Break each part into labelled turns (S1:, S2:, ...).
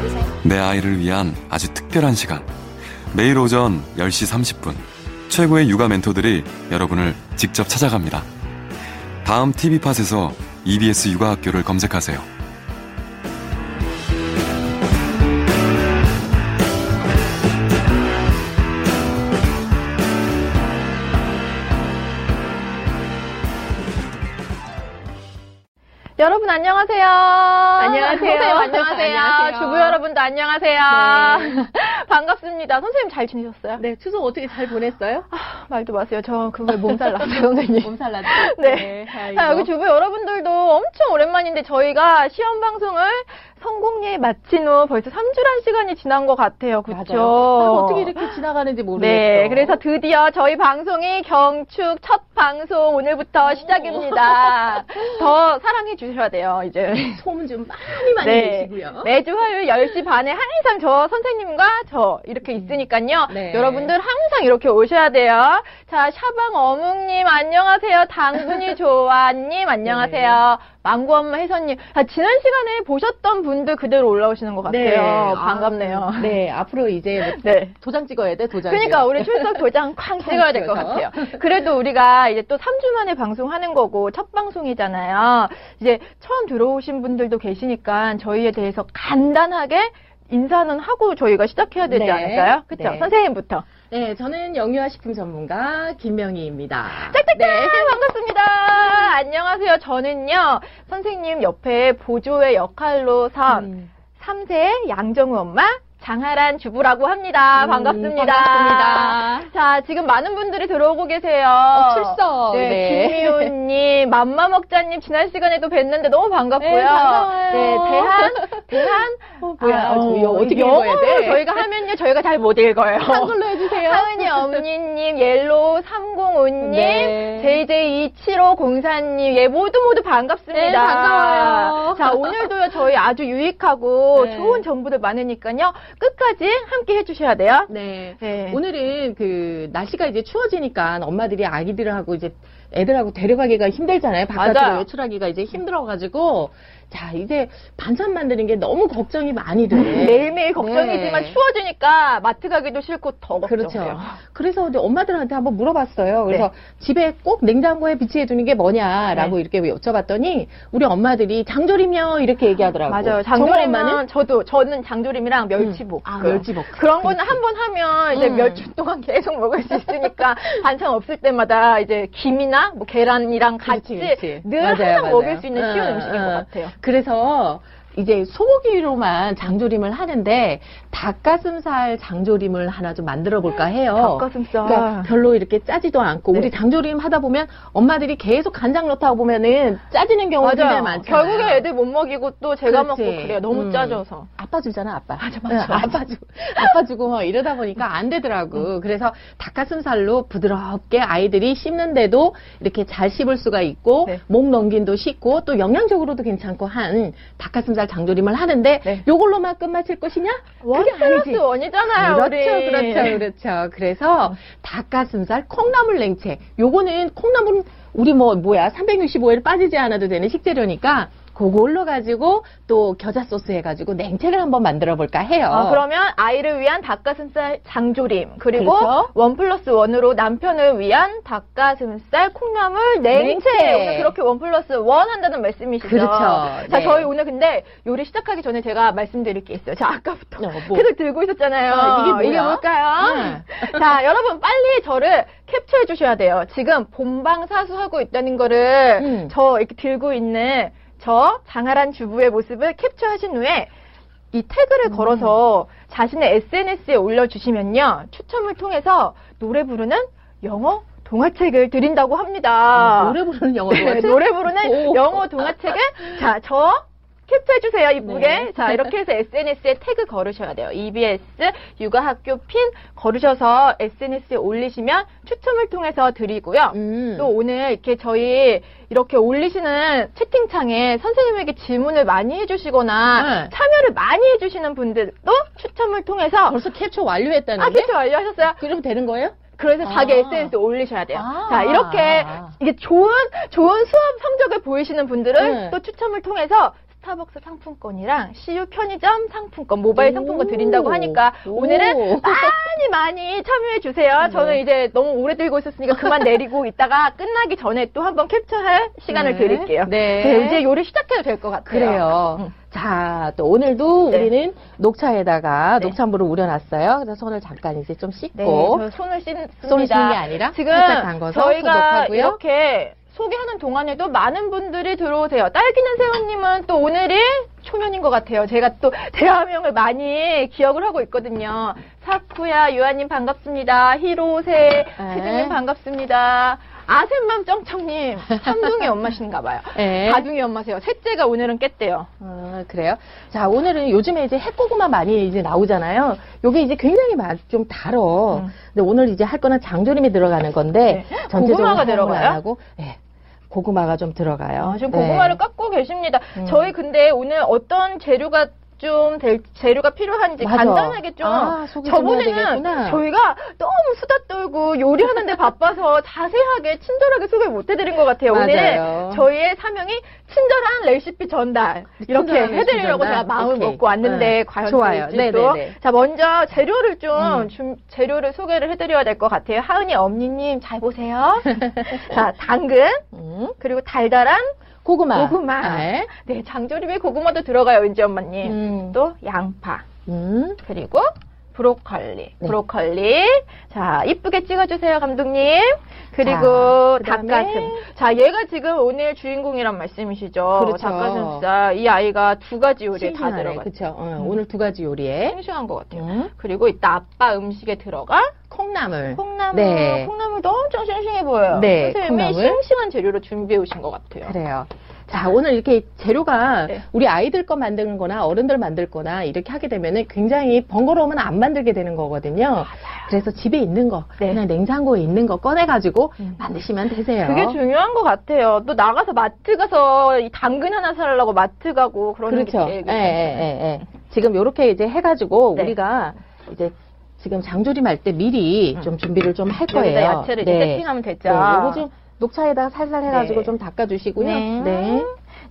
S1: 그래서
S2: 내 아이를 위한 아주 특별한 시간. 매일 오전 10시 30분. 최고의 육아 멘토들이 여러분을 직접 찾아갑니다. 다음 TV팟에서 EBS 육아학교를 검색하세요.
S3: 여러분 안녕하세요.
S4: 안녕하세요.
S3: 선생님 안녕하세요. 네.
S4: 안녕하세요.
S3: 주부 여러분도 안녕하세요. 반갑습니다. 선생님 잘 지내셨어요? 아,
S4: 네, 추석 어떻게 잘 보냈어요?
S3: 말도 마세요. 저 그거에 몸살 났어요, 선생님.
S4: 몸살 났죠?
S3: 네.
S4: 아이고.
S3: 자, 여기 주부 여러분들도 엄청 오랜만인데 저희가 시험 방송을 성공리에 마친 후 벌써 3주란 시간이 지난 것 같아요. 그렇죠?
S4: 맞아요. 아, 어떻게 이렇게 지나가는지 모르겠어.
S3: 네, 그래서 드디어 저희 방송이 경축 첫 방송 오늘부터 시작입니다. 더 사랑해 주셔야 돼요, 이제.
S4: 소문 좀 많이 많이
S3: 네.
S4: 내시고요.
S3: 매주 화요일 10시 반에 항상 저 선생님과 저 이렇게 있으니까요.
S4: 네.
S3: 여러분들 항상 이렇게 오셔야 돼요. 자, 샤방 어묵님 안녕하세요. 당근이 좋아님 안녕하세요. 망고 엄마 혜선님. 아, 지난 시간에 보셨던 분들 그대로 올라오시는 것 같아요. 반갑네요.
S4: 아, 네, 앞으로 이제
S3: 네.
S4: 도장 찍어야 돼, 도장.
S3: 그러니까 우리 출석 도장 쾅 찍어야 될 것
S4: 찍어서.
S3: 같아요. 그래도 우리가 이제 또 3주 만에 방송하는 거고 첫 방송이잖아요. 이제 처음 들어오신 분들도 계시니까 저희에 대해서 간단하게 인사는 하고 저희가 시작해야 되지
S4: 네.
S3: 않을까요? 그렇죠?
S4: 네.
S3: 선생님부터.
S4: 네, 저는 영유아 식품 전문가 김명희입니다.
S3: 네, 선생님 반갑습니다. 안녕하세요. 저는요. 선생님 옆에 보조의 역할로선
S4: 음,
S3: 3세 양정우 엄마 장하란 주부라고 합니다. 아, 음, 반갑습니다.
S4: 반갑습니다.
S3: 자, 지금 많은 분들이 들어오고 계세요.
S4: 어, 출석.
S3: 네,
S4: 네.
S3: 김미호님, 맘마먹자님 지난 시간에도 뵀는데 너무 반갑고요.
S4: 네, 반가워요.
S3: 네, 대한, 대한.
S4: 어, 뭐야,
S3: 아,
S4: 저 이거
S3: 어,
S4: 어떻게
S3: 영어로
S4: 읽어야 돼?
S3: 저희가 하면요, 저희가 잘 못 읽어요.
S4: 한글로 해주세요.
S3: 하은이 어머니님, 옐로우 305님,
S4: 네.
S3: JJ27504님, 예, 모두 모두 반갑습니다.
S4: 네, 반가워요.
S3: 자, 오늘도요, 저희 아주 유익하고
S4: 네.
S3: 좋은 정보들 많으니까요, 끝까지 함께 해주셔야 돼요.
S4: 네.
S3: 네.
S4: 오늘은 그 날씨가 이제 추워지니까 엄마들이 아기들하고 이제 애들하고 데려가기가 힘들잖아요. 바깥으로
S3: 맞아요.
S4: 외출하기가 이제 힘들어가지고 자 이제 반찬 만드는 게 너무 걱정이 많이 돼.
S3: 음, 매일매일 걱정이지만
S4: 네.
S3: 추워지니까 마트 가기도 싫고 더 걱정돼요.
S4: 그렇죠. 그래서 이제 엄마들한테 한번 물어봤어요. 그래서
S3: 네.
S4: 집에 꼭 냉장고에 비치해 두는 게 뭐냐라고 이렇게 여쭤봤더니 우리 엄마들이 장조림요 이렇게 얘기하더라고요.
S3: 맞아요.
S4: 정우 엄마는
S3: 장조림은 저도 저는 장조림이랑 멸치볶음.
S4: 아, 멸치볶음.
S3: 그런 거는 한 번 하면 이제
S4: 음.
S3: 몇 주 동안 계속 먹을 수 있으니까 반찬 없을 때마다 이제 김이나 뭐 계란이랑 같이
S4: 그렇지, 그렇지.
S3: 늘
S4: 맞아요,
S3: 항상
S4: 맞아요.
S3: 먹을 수 있는 쉬운
S4: 응,
S3: 음식인
S4: 응.
S3: 것 같아요.
S4: 그래서 이제 소고기로만 장조림을 하는데 닭가슴살 장조림을 하나 좀 만들어 볼까 해요.
S3: 닭가슴살.
S4: 그러니까 별로 이렇게 짜지도 않고
S3: 네.
S4: 우리 장조림 하다 보면 엄마들이 계속 간장 넣다 보면은 짜지는 경우가 굉장히
S3: 맞아요.
S4: 많잖아요.
S3: 결국에 애들 못 먹이고 또 제가
S4: 그렇지.
S3: 먹고 그래요. 너무
S4: 음.
S3: 짜져서.
S4: 아빠 주잖아 아빠.
S3: 맞아, 맞아,
S4: 응,
S3: 맞아.
S4: 아빠 주 아빠 주고 뭐 이러다 보니까 안 되더라고. 그래서 닭가슴살로 부드럽게 아이들이 씹는데도 이렇게 잘 씹을 수가 있고
S3: 네.
S4: 목 넘긴도 쉽고 또 영양적으로도 괜찮고 한 닭가슴살 장조림을 하는데
S3: 네.
S4: 요걸로만 끝마칠 것이냐?
S3: 원
S4: 그게 아니지.
S3: 플러스 원이잖아요.
S4: 그렇죠,
S3: 우리.
S4: 그렇죠, 그렇죠. 그래서 닭가슴살 콩나물 냉채. 요거는 콩나물 우리 뭐 뭐야 365일 빠지지 않아도 되는 식재료니까 그걸로 가지고 또 겨자 소스 해가지고 냉채를 한번 만들어 볼까 해요. 음,
S3: 아, 그러면 아이를 위한 닭가슴살 장조림 그리고
S4: 그렇죠.
S3: 원 플러스 원으로 남편을 위한 닭가슴살 콩나물 냉채
S4: 냉채.
S3: 오늘 그렇게 원 플러스 원 한다는 말씀이시죠?
S4: 그렇죠.
S3: 자
S4: 네.
S3: 저희 오늘 근데 요리 시작하기 전에 제가 말씀드릴 게 있어요. 자 아까부터
S4: 어, 뭐.
S3: 계속 들고 있었잖아요.
S4: 아, 이게 뭐야? 네.
S3: 뭘까요? 자 여러분 빨리 저를 캡처해 주셔야 돼요. 지금 본방 사수하고 있다는 거를
S4: 음.
S3: 저 이렇게 들고 있는 저 장하란 주부의 모습을 캡처하신 후에 이 태그를
S4: 음.
S3: 걸어서 자신의 SNS에 올려주시면요. 추첨을 통해서 노래 부르는 영어 동화책을 드린다고 합니다.
S4: 노래 아, 부르는 영어로
S3: 네, 노래 부르는
S4: 오.
S3: 영어 동화책을 자, 저 캡처해주세요, 이쁘게.
S4: 네.
S3: 자, 이렇게 해서 SNS에 태그 걸으셔야 돼요. EBS 육아학교 핀 걸으셔서 SNS에 올리시면 추첨을 통해서 드리고요.
S4: 음.
S3: 또 오늘 이렇게 저희 이렇게 올리시는 채팅창에 선생님에게 질문을 많이 해주시거나
S4: 네.
S3: 참여를 많이 해주시는 분들도 추첨을 통해서
S4: 벌써 캡처 완료했다는
S3: 아,
S4: 게?
S3: 캡처 완료하셨어요?
S4: 네. 그럼 되는 거예요?
S3: 그래서 자기
S4: 아.
S3: SNS에 올리셔야 돼요.
S4: 아.
S3: 자, 이렇게 이게 좋은 좋은 수업 성적을 보이시는 분들은
S4: 네.
S3: 또 추첨을 통해서 스타벅스 상품권이랑 CU 편의점 상품권, 모바일
S4: 오.
S3: 상품권 드린다고 하니까
S4: 오. 네.
S3: 오늘은 많이 많이 참여해 주세요. 저는 이제 너무 오래 들고 있었으니까 그만 내리고 있다가 끝나기 전에 또 한번 캡처할 시간을
S4: 네.
S3: 드릴게요.
S4: 네.
S3: 네, 이제 요리 시작해도 될 것 같아요.
S4: 그래요.
S3: 음.
S4: 자, 또 오늘도
S3: 네.
S4: 우리는 녹차에다가
S3: 네.
S4: 녹차물을 우려놨어요. 그래서 손을 잠깐 이제 좀
S3: 네,
S4: 씻고
S3: 저 손을 씻습니다.
S4: 어? 손을 씻는 게 아니라
S3: 지금
S4: 살짝 담궈서
S3: 저희가
S4: 소독하고요.
S3: 이렇게 소개하는 동안에도 많은 분들이 들어오세요. 딸기는 새우님은 또 오늘이 초면인 것 같아요. 제가 또 대화명을 많이 기억을 하고 있거든요. 사쿠야 유아님 반갑습니다. 히로세
S4: 네.
S3: 세준님 반갑습니다. 아샘맘 쩡쩡님 삼둥이 엄마신가 봐요.
S4: 네.
S3: 다둥이 엄마세요. 셋째가 오늘은 깼대요.
S4: 아, 그래요? 자, 오늘은 요즘에 이제 핵고구마 많이 이제 나오잖아요. 요게 이제 굉장히 맛 좀 달어.
S3: 음.
S4: 근데 오늘 이제 할 거는 장조림이 들어가는 건데
S3: 네.
S4: 전체적으로
S3: 고구마가
S4: 사용을 안
S3: 들어가요?
S4: 하고 예. 고구마가 좀 들어가요.
S3: 아, 지금
S4: 네.
S3: 고구마를 깎고 계십니다.
S4: 음.
S3: 저희 근데 오늘 어떤 재료가 좀 될- 재료가 필요한지
S4: 맞아.
S3: 간단하게 좀
S4: 아, 소개 좀 해야
S3: 저번에는
S4: 되겠구나.
S3: 저희가 너무 수다 떨고 요리하는데 바빠서 자세하게 친절하게 소개 못 해드린 것 같아요.
S4: 맞아요.
S3: 오늘 저희의 사명이 친절한 레시피 전달 이렇게
S4: 친절한 레시피
S3: 해드리려고
S4: 전달.
S3: 제가 마음을
S4: 오케이.
S3: 먹고 왔는데
S4: 응.
S3: 과연
S4: 좋아요.
S3: 될지도
S4: 네네네.
S3: 자 먼저 재료를 좀
S4: 음.
S3: 준- 재료를 소개를 해드려야 될 것 같아요. 하은이 엄니님 잘 보세요. 자 당근
S4: 음.
S3: 그리고 달달한
S4: 고구마.
S3: 고구마.
S4: 네.
S3: 네, 장조림에 고구마도 들어가요, 은지 엄마님.
S4: 음.
S3: 또 양파,
S4: 음.
S3: 그리고 브로콜리,
S4: 네.
S3: 브로콜리. 자, 이쁘게 찍어주세요, 감독님. 그리고
S4: 자, 그다음에-
S3: 닭가슴. 자, 얘가 지금 오늘 주인공이란 말씀이시죠.
S4: 그렇죠.
S3: 닭가슴살. 이 아이가 두 가지 요리에 음. 다
S4: 싱싱하네.
S3: 들어가.
S4: 그쵸. 어, 오늘 두 가지 요리에.
S3: 생생한 것 같아요.
S4: 음.
S3: 그리고 이따 아빠 음식에 들어가
S4: 콩나물.
S3: 콩나물,
S4: 네.
S3: 콩나물도 엄청 싱싱해 보여요.
S4: 네,
S3: 선생님이
S4: 콩나물.
S3: 싱싱한 재료로 준비해 오신 것 같아요.
S4: 그래요. 자, 오늘 이렇게 재료가
S3: 그러니까. 네.
S4: 우리 아이들 거 만드는 거나 어른들 만들 거나 이렇게 하게 되면은 굉장히 번거로우면 안 만들게 되는 거거든요. 그래서 집에 있는 거,
S3: 네. 음.
S4: 그냥 냉장고에 있는 거 꺼내가지고 만드시면 되세요.
S3: 그게 중요한 것 같아요. 또 나가서 마트 가서 이 당근 하나 사려고 마트 가고 그러는 게
S4: 그렇죠. 예,
S3: 제일
S4: 예,
S3: 괜찮아요.
S4: 예, 예. 지금 요렇게 이제 해가지고
S3: 네.
S4: 우리가 이제 지금 장조림 할 때 미리 좀 준비를 좀 할 거예요.
S3: 음. 여기다 야채를 이제 세팅하면 되죠.
S4: 네, 요거 좀 녹차에다가 살살 해가지고
S3: 네.
S4: 좀 닦아주시고요.
S3: 네.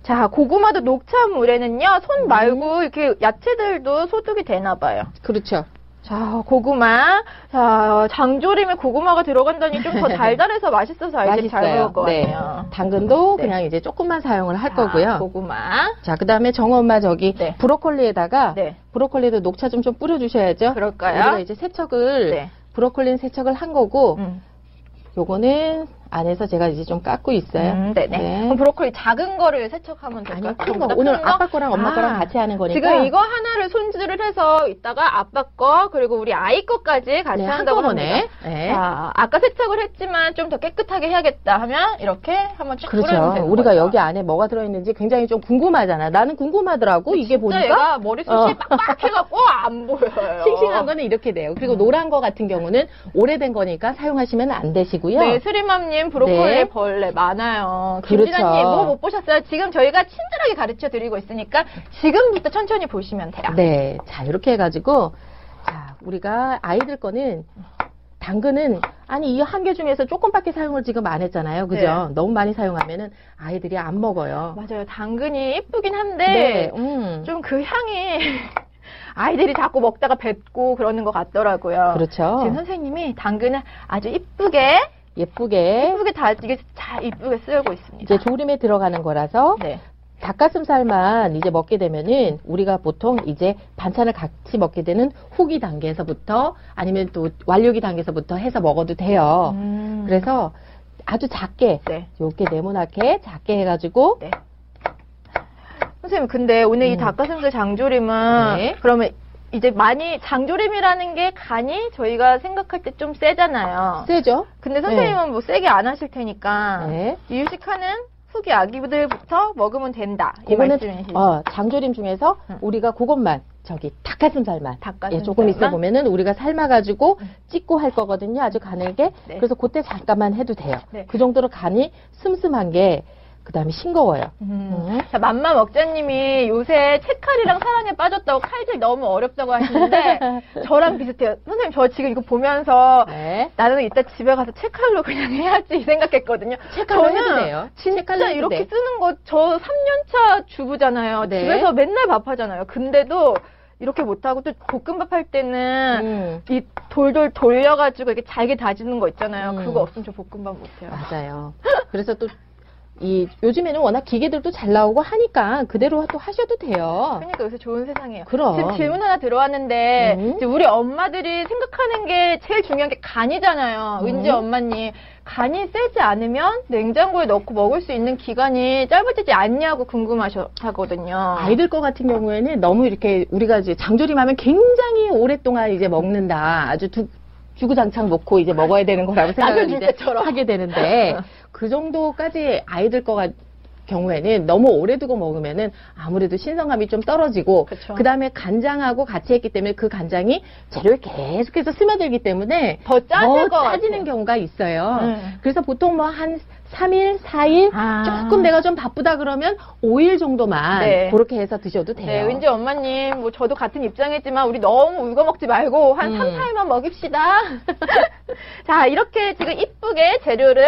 S3: 자, 고구마도 녹차물에는요,
S4: 음.
S3: 손 말고 이렇게 야채들도 소독이 되나 봐요.
S4: 그렇죠.
S3: 자, 고구마. 자, 장조림에 고구마가 들어간다니 좀 더 달달해서 맛있어서 아이들이 잘 먹을 것
S4: 네.
S3: 같아요.
S4: 당근도
S3: 네.
S4: 그냥 이제 조금만 사용을 할
S3: 자,
S4: 거고요.
S3: 고구마.
S4: 자, 그 다음에 정호 엄마 저기
S3: 네.
S4: 브로콜리에다가
S3: 네.
S4: 브로콜리도 녹차 좀 좀 뿌려주셔야죠.
S3: 그럴까요?
S4: 우리가 이제 세척을
S3: 네.
S4: 브로콜리는 세척을 한 거고
S3: 음.
S4: 요거는 안에서 제가 이제 좀 깎고 있어요.
S3: 음, 네네.
S4: 네.
S3: 그럼 브로콜리 작은 거를 세척하면 될까요?
S4: 아니요, 큰 거.
S3: 그거보다
S4: 오늘
S3: 큰 거?
S4: 아빠 거랑 엄마
S3: 아.
S4: 거랑 같이 하는 거니까.
S3: 지금 이거 하나를 손질을 해서 이따가 아빠 거 그리고 우리 아이 거까지 같이
S4: 네,
S3: 한다고
S4: 한꺼번에.
S3: 합니다.
S4: 네.
S3: 자, 아까 세척을 했지만 좀 더 깨끗하게 해야겠다 하면 이렇게 한번 쭉 뿌려주면
S4: 그렇죠.
S3: 되는
S4: 우리가
S3: 거죠.
S4: 여기 안에 뭐가 들어있는지 굉장히 좀 궁금하잖아. 나는 궁금하더라고. 이게
S3: 진짜
S4: 보니까
S3: 얘가 머리숱이
S4: 어.
S3: 빡빡해갖고 안 보여요.
S4: 싱싱한 거는 이렇게 돼요.
S3: 음.
S4: 그리고 노란 거 같은 경우는 오래된 거니까 사용하시면 안 되시고요.
S3: 네, 스리맘님 브로콜리
S4: 네.
S3: 벌레 많아요.
S4: 그렇죠.
S3: 김진아님 뭐 못 보셨어요? 지금 저희가 친절하게 가르쳐 드리고 있으니까 지금부터 천천히 보시면 돼요.
S4: 네, 자 이렇게 해가지고 자 우리가 아이들 거는 당근은 아니 이 한 개 중에서 조금밖에 사용을 지금 안 했잖아요, 그죠?
S3: 네.
S4: 너무 많이 사용하면은 아이들이 안 먹어요.
S3: 맞아요. 당근이 예쁘긴 한데
S4: 음,
S3: 좀 그 향이 아이들이 자꾸 먹다가 뱉고 그러는 것 같더라고요. 지금
S4: 그렇죠.
S3: 선생님이 당근을 아주 이쁘게
S4: 예쁘게
S3: 이쁘게 다 이게 잘 이쁘게 쓰고 있습니다.
S4: 이제 조림에 들어가는 거라서
S3: 네.
S4: 닭가슴살만 이제 먹게 되면은 우리가 보통 이제 반찬을 같이 먹게 되는 후기 단계에서부터 아니면 또 완료기 단계에서부터 해서 먹어도 돼요.
S3: 음.
S4: 그래서 아주 작게
S3: 네.
S4: 요렇게 네모나게 작게 해가지고
S3: 네. 선생님 근데 오늘 이
S4: 음.
S3: 닭가슴살 장조림은
S4: 네.
S3: 그러면 이제 많이 장조림이라는 게 간이 저희가 생각할 때 좀 세잖아요.
S4: 세죠?
S3: 근데 선생님은 뭐 세게 안 하실 테니까
S4: 네.
S3: 이유식하는 후기 아기들부터 먹으면 된다. 이
S4: 그거는
S3: 말씀이시죠?
S4: 어, 장조림 중에서
S3: 음.
S4: 우리가 그것만 저기 닭가슴살만
S3: 닭가슴살. 음.
S4: 예, 조금 있어 보면은 우리가 삶아가지고 찍고 할 거거든요. 아주 가늘게.
S3: 네.
S4: 그래서 그때 잠깐만 해도 돼요.
S3: 네.
S4: 그 정도로 간이 슴슴한 게 그다음에 싱거워요. 음.
S3: 어? 자, 맘마 먹자님이 요새 채칼이랑 사랑에 빠졌다고 칼질 너무 어렵다고 하시는데 저랑 비슷해요. 선생님 저 지금 이거 보면서
S4: 네.
S3: 나는 이따 집에 가서 채칼로 그냥 해야지 이 생각했거든요.
S4: 칼로 해도 돼요. 칼로
S3: 진짜
S4: 해도
S3: 이렇게
S4: 돼.
S3: 쓰는 거 저 3년차 주부잖아요.
S4: 네.
S3: 집에서 맨날 밥하잖아요. 근데도 이렇게 못하고 또 볶음밥 할 때는
S4: 음,
S3: 이 돌돌 돌려가지고 이렇게 잘게 다지는 거 있잖아요.
S4: 음.
S3: 그거 없으면 저 볶음밥 못해요.
S4: 맞아요. 그래서 또 이 요즘에는 워낙 기계들도 잘 나오고 하니까 그대로 또 하셔도 돼요.
S3: 그러니까 요새 좋은 세상이에요.
S4: 그럼.
S3: 지금 질문 하나 들어왔는데
S4: 어. 음.
S3: 이제 우리 엄마들이 생각하는 게 제일 중요한 게 간이잖아요.
S4: 음.
S3: 은지 엄마님 간이 세지 않으면 냉장고에 넣고 먹을 수 있는 기간이 짧아지지 않냐고 궁금하셨거든요.
S4: 아이들 거 같은 경우에는 너무 이렇게 우리가 이제 장조림하면 굉장히 오랫동안 이제 먹는다. 아주 두, 주구장창 먹고 이제 먹어야 되는 거라고 생각을
S3: 남겨줄
S4: 이제 하게 되는데 그 정도까지 아이들 거 같- 경우에는 너무 오래 두고 먹으면은 아무래도 신선감이 좀 떨어지고
S3: 그쵸.
S4: 그 다음에 간장하고 같이 했기 때문에 그 간장이 재료에 계속해서 스며들기 때문에
S3: 더 짜질 것
S4: 더
S3: 같아요.
S4: 짜지는 경우가 있어요.
S3: 네.
S4: 그래서 보통 뭐 한 3일, 4일
S3: 아.
S4: 조금 내가 좀 바쁘다 그러면 5일 정도만
S3: 네.
S4: 그렇게 해서 드셔도 돼요.
S3: 네, 은지 엄마님, 뭐 저도 같은 입장이지만 우리 너무 울고 먹지 말고 한
S4: 음.
S3: 3, 4일만 먹입시다. 자, 이렇게 지금 이쁘게 재료를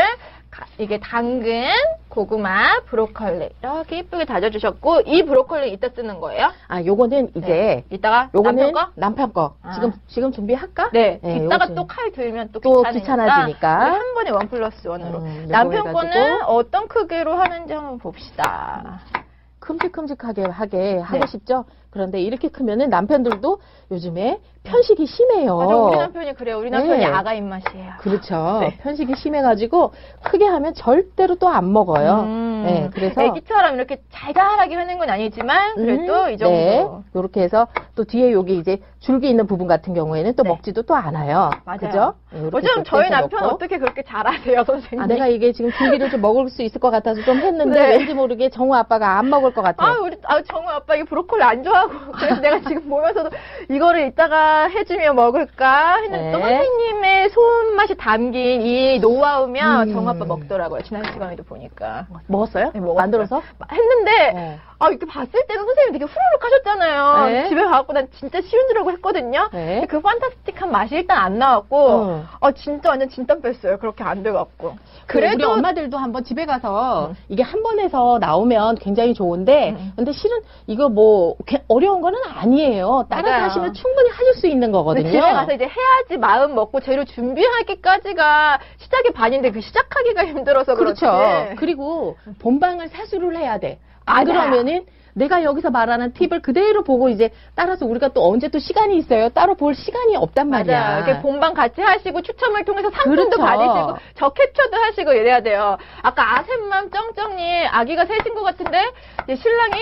S3: 가- 이게 당근, 고구마, 브로콜리 이렇게 이쁘게 다져주셨고 이 브로콜리 이따 쓰는 거예요? 네.
S4: 아, 요거는 이제
S3: 이따가
S4: 요거는
S3: 남편 거?
S4: 남편 거.
S3: 아.
S4: 지금 지금 준비할까?
S3: 네,
S4: 네,
S3: 이따가
S4: 요거 좀-
S3: 또 칼 들면 또,
S4: 또
S3: 귀찮아지니까
S4: 귀찮아지니까.
S3: 우리 한 번에 원 플러스 원으로
S4: 음,
S3: 네.
S4: 요거
S3: 남편
S4: 해가지고.
S3: 거는 어떤 크기로 하는지 한번 봅시다.
S4: 큼직큼직하게 하게 하고
S3: 네.
S4: 싶죠. 그런데 이렇게 크면은 남편들도 요즘에 편식이 심해요.
S3: 맞아, 우리 남편이 그래요. 우리 남편이
S4: 어. 네.
S3: 아가 입맛이에요.
S4: 그렇죠.
S3: 네.
S4: 편식이 심해가지고 크게 하면 절대로 또 안 먹어요.
S3: 음.
S4: 네, 그래서 음,
S3: 애기처럼 이렇게 잘잘하게 하는 건 아니지만 그래도
S4: 네.
S3: 이 정도.
S4: 이렇게 해서 또 뒤에 여기 이제 줄기 있는 부분 같은 경우에는 또
S3: 네.
S4: 먹지도 또 않아요.
S3: 맞아요.
S4: 그죠? 네, 이렇게
S3: 요즘
S4: 또
S3: 저희
S4: 떼서
S3: 남편
S4: 먹고.
S3: 어떻게 그렇게 잘하세요, 선생님?
S4: 아, 내가 이게 지금 줄기를 좀 먹을 수 있을 것 같아서 좀 했는데
S3: 네.
S4: 왠지 모르게 정우 아빠가 안 먹을 것 같아요.
S3: 아, 우리 아 정우 아빠 이 브로콜리 안 좋아하고 그래서 내가 지금 보면서도 이거를 이따가 해주면 먹을까 했는데 또
S4: 네.
S3: 선생님의 손맛이 담긴 이 노하우면
S4: 음.
S3: 정우 아빠 먹더라고요 지난 시간에도 보니까
S4: 먹었어요?
S3: 네, 먹었어요.
S4: 만들어서?
S3: 했는데
S4: 네.
S3: 아 이렇게 봤을 때는 선생님 되게 후루룩 하셨잖아요
S4: 네.
S3: 집에 가갖고 난 진짜 쉬운 줄 알고 했거든요 근데
S4: 네.
S3: 그 판타스틱한 맛이 일단 안 나왔고
S4: 어.
S3: 아 진짜 완전 진땀 뺐어요 그렇게 안 돼갖고
S4: 그래도 우리
S3: 그래도 음.
S4: 엄마들도 한번 집에 가서 이게 한 번에서 나오면 굉장히 좋은데 근데 실은 이거 뭐 이렇게 어려운 거는 아니에요.
S3: 맞아요.
S4: 따라서 하시면 충분히 하실 수 있는
S3: 근데
S4: 거거든요.
S3: 네, 집에 가서 이제 해야지 마음 먹고 재료 준비하기까지가 시작이 반인데 그 시작하기가 힘들어서 그렇지. 네.
S4: 그렇죠. 그리고 본방을 사수를 해야 돼.
S3: 맞아요.
S4: 안 그러면은 내가 여기서 말하는 팁을 그대로 보고 이제 따라서 우리가 또 언제 또 시간이 있어요. 따로 볼 시간이 없단 말이야.
S3: 맞아요. 이렇게 본방 같이 하시고 추첨을 통해서 상품도
S4: 그렇죠.
S3: 받으시고 저 캡처도 하시고 이래야 돼요. 아까 아샘맘 쩡쩡님 아기가 셋인 것 같은데 이제 신랑이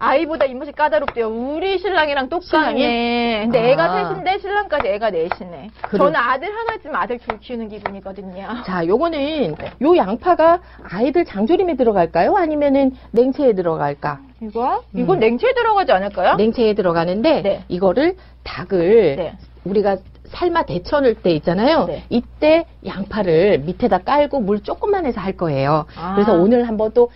S3: 아이보다 입맛이 까다롭대요. 우리 신랑이랑 똑같네.
S4: 신랑이?
S3: 근데
S4: 아.
S3: 애가 셋인데 신랑까지 애가 넷이네.
S4: 그래.
S3: 저는 아들 하나 지금 아들 둘 키우는 기분이거든요.
S4: 자, 요거는 요 양파가 아이들 장조림에 들어갈까요? 아니면은 냉채에 들어갈까?
S3: 이거? 음. 이건
S4: 음.
S3: 냉채에 들어가지 않을까요?
S4: 냉채에 들어가는데
S3: 아? 네.
S4: 이거를 닭을
S3: 네.
S4: 우리가 삶아 데쳐놓을 때 있잖아요.
S3: 네.
S4: 이때 양파를 밑에다 깔고 물 조금만 해서 할 거예요.
S3: 아.
S4: 그래서 오늘 한번 또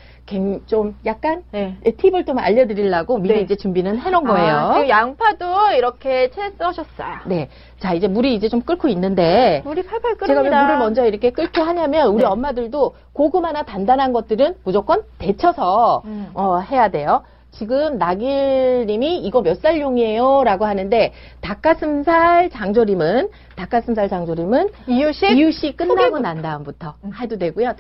S4: 좀 약간
S3: 네.
S4: 팁을 좀 알려드리려고 미리
S3: 네.
S4: 이제 준비는 해놓은 거예요.
S3: 아, 지금 양파도 이렇게 채 써셨어요.
S4: 네. 자, 이제 물이 이제 좀 끓고 있는데
S3: 물이 팔팔 음, 끓습니다.
S4: 음. 제가 왜 물을 먼저 이렇게 끓게 하냐면 우리
S3: 네.
S4: 엄마들도 고구마나 단단한 것들은 무조건 데쳐서
S3: 음.
S4: 어, 해야 돼요. 지금 나길님이 이거 몇 살용이에요? 라고 하는데 닭가슴살 장조림은 닭가슴살 장조림은
S3: 이유식?
S4: 이웃이 끝나고
S3: 소개부터.
S4: 난 다음부터 해도 되고요.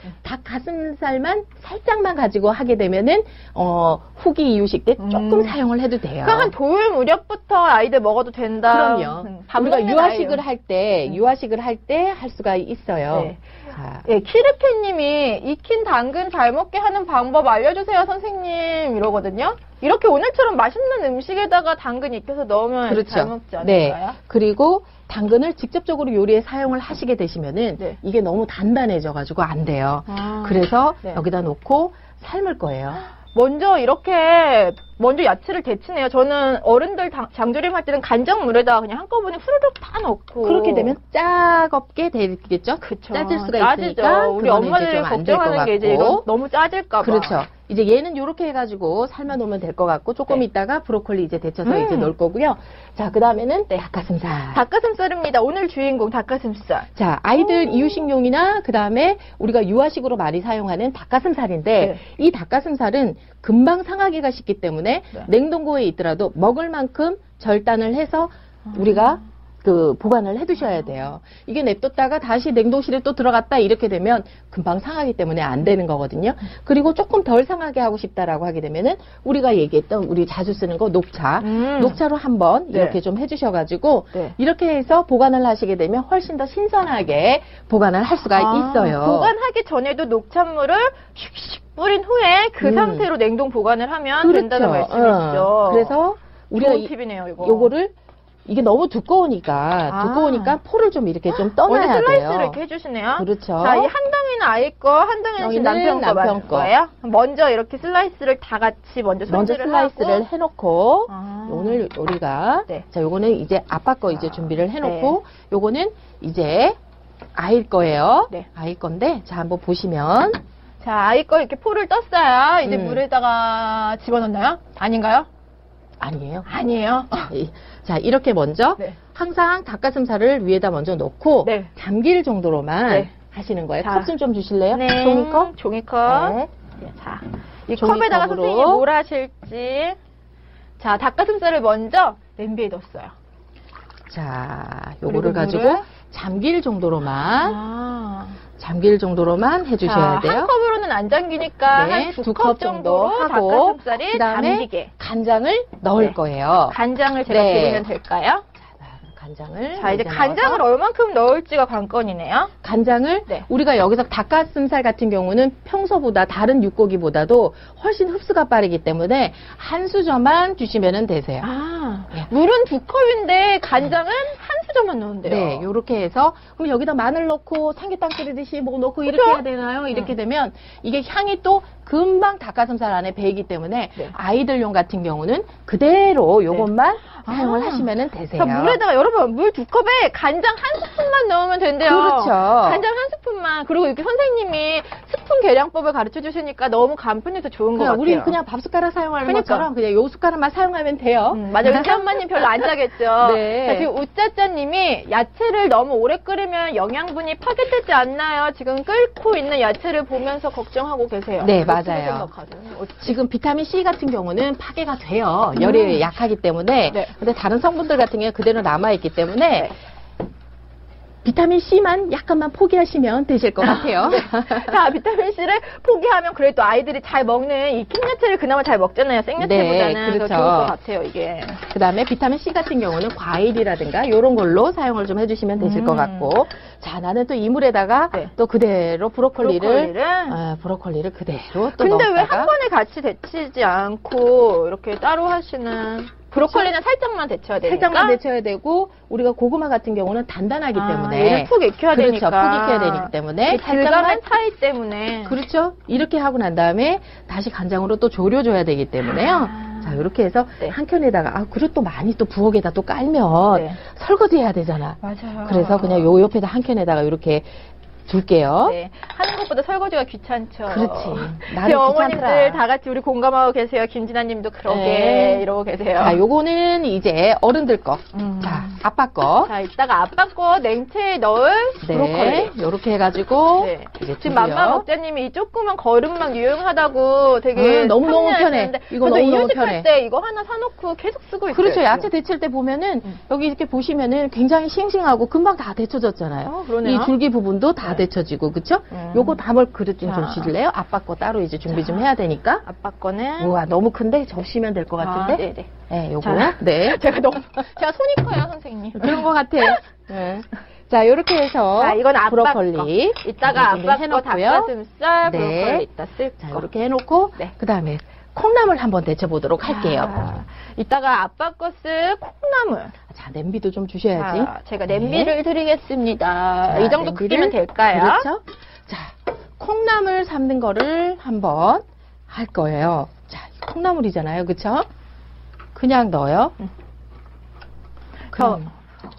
S4: 닭가슴살만 살짝만 가지고 하게 되면은 어, 후기 이유식 때 조금
S3: 음.
S4: 사용을 해도 돼요.
S3: 그러니까 한 도울 무렵부터 아이들 먹어도 된다.
S4: 그럼요.
S3: 음, 밥
S4: 우리가
S3: 먹는
S4: 유아식을
S3: 아이요. 음.
S4: 할 때 유아식을 할 때 할 수가 있어요.
S3: 네.
S4: 자,
S3: 예, 키르케님이 익힌 당근 잘 먹게 하는 방법 알려주세요, 선생님 이러거든요. 이렇게 오늘처럼 맛있는 음식에다가 당근 익혀서 넣으면
S4: 그렇죠.
S3: 잘 먹지
S4: 네.
S3: 않을까요?
S4: 그리고 당근을 직접적으로 요리에 사용을 하시게 되시면은
S3: 네.
S4: 이게 너무 단단해져 가지고 안 돼요.
S3: 아.
S4: 그래서
S3: 네.
S4: 여기다 놓고 삶을 거예요.
S3: 먼저 이렇게 먼저 야채를 데치네요. 저는 어른들 당- 장조림 할 때는 간장 물에다 그냥 한꺼번에 후루룩 다 넣고
S4: 그렇게 되면 짜겁게 되겠죠.
S3: 그쵸.
S4: 짜질 수가 있으니까
S3: 짜지죠. 우리
S4: 그거는 이제
S3: 엄마들이
S4: 좀안될것
S3: 걱정하는 게 이제
S4: 같고.
S3: 이거 너무 짜질까 봐.
S4: 그렇죠. 이제 얘는 요렇게 해가지고 삶아놓으면 될 것 같고 조금
S3: 네.
S4: 있다가 브로콜리 이제 데쳐서
S3: 음.
S4: 이제 넣을 거고요. 자, 그 다음에는 닭가슴살.
S3: 닭가슴살입니다. 오늘 주인공 닭가슴살.
S4: 자, 아이들 이유식용이나 그 다음에 우리가 유아식으로 많이 사용하는 닭가슴살인데
S3: 네.
S4: 이 닭가슴살은 금방 상하기가 쉽기 때문에
S3: 네.
S4: 냉동고에 있더라도 먹을 만큼 절단을 해서
S3: 아.
S4: 우리가 그 보관을 해두셔야 돼요. 이게 냅뒀다가 다시 냉동실에 또 들어갔다 이렇게 되면 금방 상하기 때문에 안 되는 거거든요. 그리고 조금 덜 상하게 하고 싶다라고 하게 되면은 우리가 얘기했던 우리 자주 쓰는 거 녹차,
S3: 음.
S4: 녹차로 한번
S3: 네.
S4: 이렇게 좀 해주셔가지고
S3: 네.
S4: 이렇게 해서 보관을 하시게 되면 훨씬 더 신선하게 보관을 할 수가
S3: 아,
S4: 있어요.
S3: 보관하기 전에도 녹찬물을 슉슉 뿌린 후에 그
S4: 음.
S3: 상태로 냉동 보관을 하면 된다는
S4: 그렇죠.
S3: 말씀이시죠.
S4: 어. 그래서 우리가
S3: 좋은
S4: 이,
S3: 팁이네요, 이거.
S4: 요거를 이게 너무 두꺼우니까
S3: 아.
S4: 두꺼우니까 포를 좀 이렇게 좀
S3: 먼저
S4: 떠내야
S3: 슬라이스를
S4: 돼요.
S3: 이렇게 해주시네요.
S4: 그렇죠.
S3: 자, 이 한 덩이는 아이 거, 한 덩이는 지금
S4: 덩이는
S3: 남편 거
S4: 남편
S3: 맞을
S4: 거.
S3: 거예요? 먼저 이렇게 슬라이스를 다 같이 먼저
S4: 먼저
S3: 손질을
S4: 슬라이스를
S3: 하고.
S4: 해놓고
S3: 아.
S4: 오늘 우리가
S3: 네.
S4: 자 요거는 이제 아빠 거 이제 준비를 해놓고 요거는 이제 아이 거예요.
S3: 네.
S4: 아이 건데 자 한번 보시면
S3: 자, 아이 거 이렇게 포를 떴어요. 이제
S4: 음.
S3: 물에다가 집어넣나요? 아닌가요?
S4: 아니에요.
S3: 아니에요.
S4: 이- 어. 자 이렇게 먼저
S3: 네.
S4: 항상 닭가슴살을 위에다 먼저 넣고
S3: 네.
S4: 잠길 정도로만
S3: 네.
S4: 하시는 거예요.
S3: 자.
S4: 컵 좀 좀 주실래요?
S3: 네.
S4: 종이컵.
S3: 종이컵.
S4: 네.
S3: 자, 이
S4: 종이컵으로.
S3: 컵에다가 선생님이 뭘 하실지. 자, 닭가슴살을 먼저 냄비에 넣었어요.
S4: 자
S3: 그리고
S4: 요거를 가지고
S3: 물을?
S4: 잠길 정도로만
S3: 아.
S4: 잠길 정도로만 해주셔야
S3: 자, 한
S4: 돼요.
S3: 컵으로는 안 잠기니까
S4: 네,
S3: 한 두
S4: 두
S3: 컵
S4: 컵
S3: 정도
S4: 정도 하고,
S3: 닭가슴살이
S4: 그다음에
S3: 잠기게
S4: 간장을 넣을
S3: 네.
S4: 거예요.
S3: 간장을 제가
S4: 네.
S3: 드리면 될까요?
S4: 간장을
S3: 자, 이제
S4: 여기다
S3: 간장을
S4: 넣어서
S3: 얼만큼 넣을지가 관건이네요.
S4: 간장을
S3: 네.
S4: 우리가 여기서 닭가슴살 같은 경우는 평소보다 다른 육고기보다도 훨씬 흡수가 빠르기 때문에 한 수저만 주시면 되세요.
S3: 아,
S4: 네.
S3: 물은 두 컵인데 간장은 한 수저만 넣는데요.
S4: 네, 요렇게 해서 그럼 여기다 마늘 넣고 삼계탕 끓이듯이 뭐 넣고 이렇게 해야 되나요?
S3: 음.
S4: 이렇게 되면 이게 향이 또 금방 닭가슴살 안에 배이기 때문에
S3: 네.
S4: 아이들용 같은 경우는 그대로 요것만 사용을 하시면 되세요.
S3: 자, 아. 물에다가 여러분 물 두 컵에 간장 한 스푼만 넣으면 된대요.
S4: 그렇죠.
S3: 간장 한 스푼만 그리고 이렇게 선생님이 스푼 계량법을 가르쳐 주시니까 너무 간편해서 좋은 것
S4: 그냥
S3: 같아요.
S4: 그러니까 우리 그냥 밥 숟가락 사용하는
S3: 그러니까.
S4: 것처럼 그냥 요 숟가락만 사용하면 돼요.
S3: 음, 맞아요. 우리 엄마님 별로 안 짜겠죠.
S4: 네.
S3: 자, 지금 우짜짜님이 야채를 너무 오래 끓이면 영양분이 파괴되지 않나요? 지금 끓고 있는 야채를 보면서 걱정하고 계세요.
S4: 네,
S3: 어떻게
S4: 맞아요.
S3: 생각하세요? 어,
S4: 지금 비타민 C 같은 경우는 파괴가 돼요. 열이 약하기 때문에.
S3: 네.
S4: 근데 다른 성분들 같은 경우 그대로 남아 있기 때문에 네. 비타민 C만 약간만 포기하시면 되실 것 같아요. 네.
S3: 자, 비타민 C를 포기하면 그래도 아이들이 잘 먹는 이 캔야채를 그나마 잘 먹잖아요. 생야채보다는
S4: 네,
S3: 더
S4: 그렇죠.
S3: 좋을 것 같아요, 이게.
S4: 그 다음에 비타민 C 같은 경우는 과일이라든가 이런 걸로 사용을 좀 해주시면 되실 것
S3: 음.
S4: 같고. 자, 나는 또 이물에다가
S3: 네.
S4: 또 그대로 브로콜리를.
S3: 브로콜리를?
S4: 아, 브로콜리를 그대로 또
S3: 근데 왜
S4: 넣었다가
S3: 한 번에 같이 데치지 않고 이렇게 따로 하시는 브로콜리는 살짝만 데쳐야 되니까
S4: 그렇죠? 살짝만 데쳐야 되고 우리가 고구마 같은 경우는 단단하기
S3: 아,
S4: 때문에
S3: 얘를 푹 익혀야
S4: 그렇죠.
S3: 되니까
S4: 푹 익혀야 되기 때문에
S3: 그 질감의
S4: 살짝만
S3: 차이 때문에
S4: 그렇죠. 이렇게 하고 난 다음에 다시 간장으로 또 졸여줘야 되기 때문에요. 자, 이렇게 해서
S3: 네.
S4: 한 켠에다가 아, 그릇도 많이 또 부엌에다 또 깔면
S3: 네.
S4: 설거지 해야 되잖아.
S3: 맞아요.
S4: 그래서 그냥 요 옆에다 한 켠에다가 이렇게 둘게요.
S3: 네, 하는 것보다 설거지가 귀찮죠.
S4: 그렇지. 나는
S3: 저희 어머님들
S4: 귀찮더라.
S3: 다 같이 우리 공감하고 계세요. 김진아님도 그러게
S4: 네.
S3: 이러고 계세요.
S4: 자, 요거는 이제 어른들 거.
S3: 음.
S4: 자, 아빠 거.
S3: 자, 이따가 아빠 거 냉채에 넣을
S4: 네.
S3: 브로콜리.
S4: 요렇게 해가지고
S3: 네.
S4: 이제
S3: 지금
S4: 두고요.
S3: 맘마 먹자님이 이 조그만 걸음막 유용하다고 되게
S4: 음, 너무너무
S3: 상냥하시는데
S4: 편해. 이거
S3: 저도
S4: 너무너무
S3: 이유식
S4: 편해.
S3: 할때 이거 하나 사놓고 계속 쓰고 있어요.
S4: 그렇죠.
S3: 지금. 음.
S4: 야채 데칠 때 보면은 여기 이렇게 보시면은 굉장히 싱싱하고 금방 다 데쳐졌잖아요.
S3: 어, 그러네요.
S4: 이 줄기 부분도 다 데쳐지고 그렇죠?
S3: 음.
S4: 요거 담을 그릇 좀
S3: 자.
S4: 주실래요? 아빠 거 따로 이제 준비 좀 해야 되니까.
S3: 아빠 거는
S4: 우와 너무 큰데 접시면 될 것
S3: 아,
S4: 뭐 같은데.
S3: 네네.
S4: 네, 요거.
S3: 자.
S4: 네.
S3: 제가 너무 제가 손이 커요 선생님.
S4: 그런 것 같아. 네. 자, 요렇게 해서
S3: 자, 이건 아빠
S4: 브로콜리.
S3: 거. 이따가
S4: 이렇게
S3: 아빠 거
S4: 해놓고요.
S3: 닭가슴살
S4: 네.
S3: 브로콜리 이따 쓸
S4: 자,
S3: 거.
S4: 이렇게 해놓고
S3: 네.
S4: 그다음에 콩나물 한번 데쳐 보도록 할게요.
S3: 아, 이따가 아빠 거 쓸 콩나물.
S4: 자, 냄비도 좀 주셔야지. 네.
S3: 자, 제가 냄비를 드리겠습니다.
S4: 자,
S3: 아, 이 정도
S4: 냄비를-
S3: 끓이면 될까요?
S4: 그렇죠. 자, 콩나물 삶는 거를 한번 할 거예요. 자, 콩나물이잖아요. 그쵸? 그냥 넣어요.
S3: 음. 저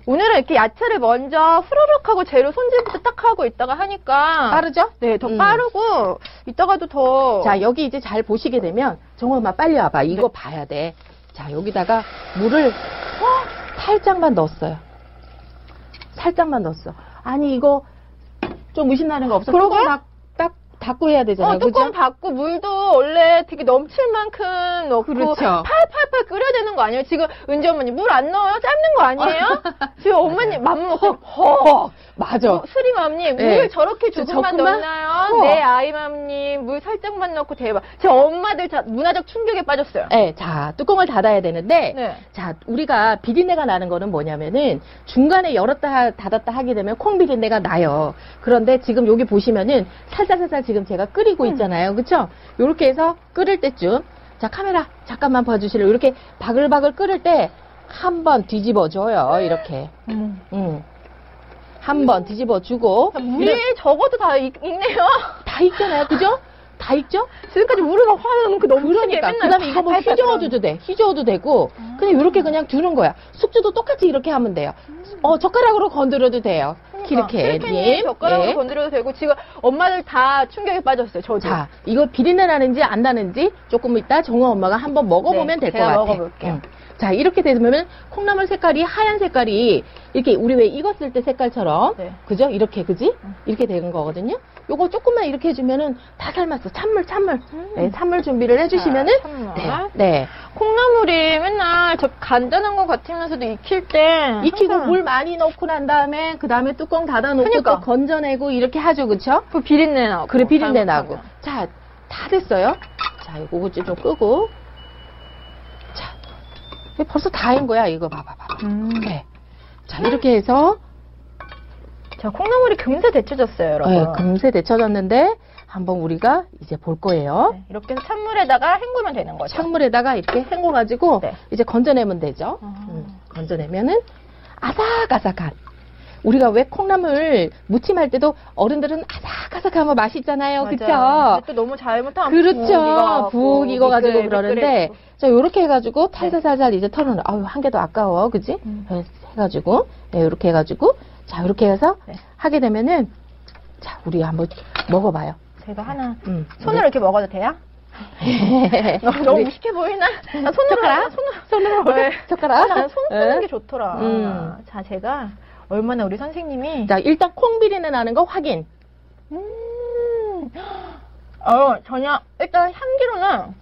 S3: 오늘은 이렇게 야채를 먼저 후루룩 하고 재료 손질부터 딱 하고 있다가 하니까
S4: 빠르죠?
S3: 네, 더
S4: 음.
S3: 빠르고 이따가도 더 어,
S4: 자, 여기 이제 잘 보시게 되면 정엄마 빨리
S3: 네.
S4: 와봐. 이거 봐야 돼. 자, 여기다가 물을 어? 살짝만 넣었어요. 살짝만 넣었어. 아니 이거 좀 무신나는 거 없어?
S3: 그러게?
S4: 뚜껑 막 딱 닫고 해야 되잖아요.
S3: 어, 뚜껑
S4: 그죠?
S3: 받고 물도 원래 되게 넘칠 만큼 넣고
S4: 그렇죠.
S3: 팔팔팔 끓여야 되는 거 아니에요? 지금 은지 어머니 물 안 넣어요? 짧는 거 아니에요? 지금 어머니 맘먹고 어, 허
S4: 맞아.
S3: 수리 맘님
S4: 어. 네.
S3: 물 저렇게
S4: 저
S3: 조금만
S4: 조금만? 어.
S3: 넣나요?
S4: 허.
S3: 내 아이 맘님 물 살짝만 넣고 대박. 제 엄마들 자- 문화적 충격에 빠졌어요.
S4: 네, 자 뚜껑을 닫아야 되는데
S3: 네.
S4: 자 우리가 비린내가 나는 거는 뭐냐면은 중간에 열었다 하- 닫았다 하게 되면 콩 비린내가 나요. 그런데 지금 여기 보시면은 살살살살 지금 제가 끓이고 있잖아요, 그렇죠? 이렇게 해서 끓을 때쯤 자 카메라 잠깐만 봐주실래요? 이렇게 바글바글 끓을 때 한 번 뒤집어줘요, 이렇게. 음. 한 번 뒤집어주고
S3: 물이 적어도 다 익, 네요
S4: 다 익잖아요, 그죠? 다 익죠?
S3: 지금까지 물을 막 화는 그 너무
S4: 그러니까
S3: 맨날
S4: 그다음에 이거 뭐
S3: 팔팔팔
S4: 휘저어줘도 돼 휘저어도 되고 그냥 이렇게 그냥 두는 거야 숙주도 똑같이 이렇게 하면 돼요
S3: 음.
S4: 어 젓가락으로 건드려도 돼요 이렇게
S3: 님 그러니까 젓가락으로
S4: 예.
S3: 건드려도 되고 지금 엄마들 다 충격에 빠졌어요. 저도.
S4: 자 이거 비린내 나는지 안 나는지 조금 이따 정우 엄마가 한번 먹어보면
S3: 네,
S4: 될 것
S3: 제가
S4: 같아
S3: 먹어볼게요.
S4: 응. 자 이렇게 되면 콩나물 색깔이 하얀 색깔이 이렇게 우리 왜 익었을 때 색깔처럼
S3: 네.
S4: 그죠 이렇게 그지 이렇게 되는 거거든요 요거 조금만 이렇게 해주면은 다 삶았어 찬물 찬물 네, 찬물 준비를 해주시면은
S3: 음. 자, 찬물.
S4: 네, 네.
S3: 콩나물이 맨날 저 간단한 것 같으면서도 익힐 때
S4: 익히고
S3: 항상
S4: 물 많이 넣고 난 다음에 그 다음에 뚜껑 닫아놓고
S3: 그러니까.
S4: 또 건져내고 이렇게 하죠, 그쵸?
S3: 그 비린내 나고 아,
S4: 그래
S3: 어,
S4: 비린내 나고.
S3: 잘못하면.
S4: 자, 다 됐어요. 자, 이거 이거 좀 끄고. 자, 이게 벌써 다인 거야. 이거 봐봐, 봐봐.
S3: 음.
S4: 네. 자, 이렇게 해서 예,
S3: 자 콩나물이 금세 데쳐졌어요, 여러분.
S4: 네, 금세 데쳐졌는데 한번 우리가 이제 볼 거예요.
S3: 네, 이렇게 해서 찬물에다가 헹구면 되는 거죠.
S4: 찬물에다가 이렇게 헹궈가지고
S3: 네.
S4: 이제 건져내면 되죠.
S3: 아.
S4: 음, 건져내면은 아삭아삭한. 우리가 왜 콩나물 무침할 때도 어른들은 아삭아삭하면 맛있잖아요.
S3: 맞아요.
S4: 네, 그쵸?
S3: 근데 또 너무 잘못하면
S4: 그렇죠.
S3: 아, 부엌
S4: 부엌 이거 가지고
S3: 뭐 미끌, 미끌해
S4: 그러는데
S3: 있고.
S4: 자 요렇게 해가지고 탈살살살 이제 털어놔. 아유 한 개 더 아까워, 그지? 해가지고 네, 이렇게 해가지고 자 이렇게 해서
S3: 네.
S4: 하게 되면은 자 우리 한번 먹어봐요.
S3: 제가 하나
S4: 음.
S3: 손으로 이렇게 먹어도 돼요? 어, 너무, 너무
S4: 아, 우리
S3: 무식해 보이나? 나 손으로
S4: 젓가락?
S3: 손으로 손으로 네.
S4: 젓가락.
S3: 나손 쓰는
S4: 네.
S3: 게 좋더라.
S4: 음.
S3: 자 제가 얼마나 우리 선생님이
S4: 자 일단 콩 비린내 나는 거 확인.
S3: 음. 어, 전혀, 일단 향기로는,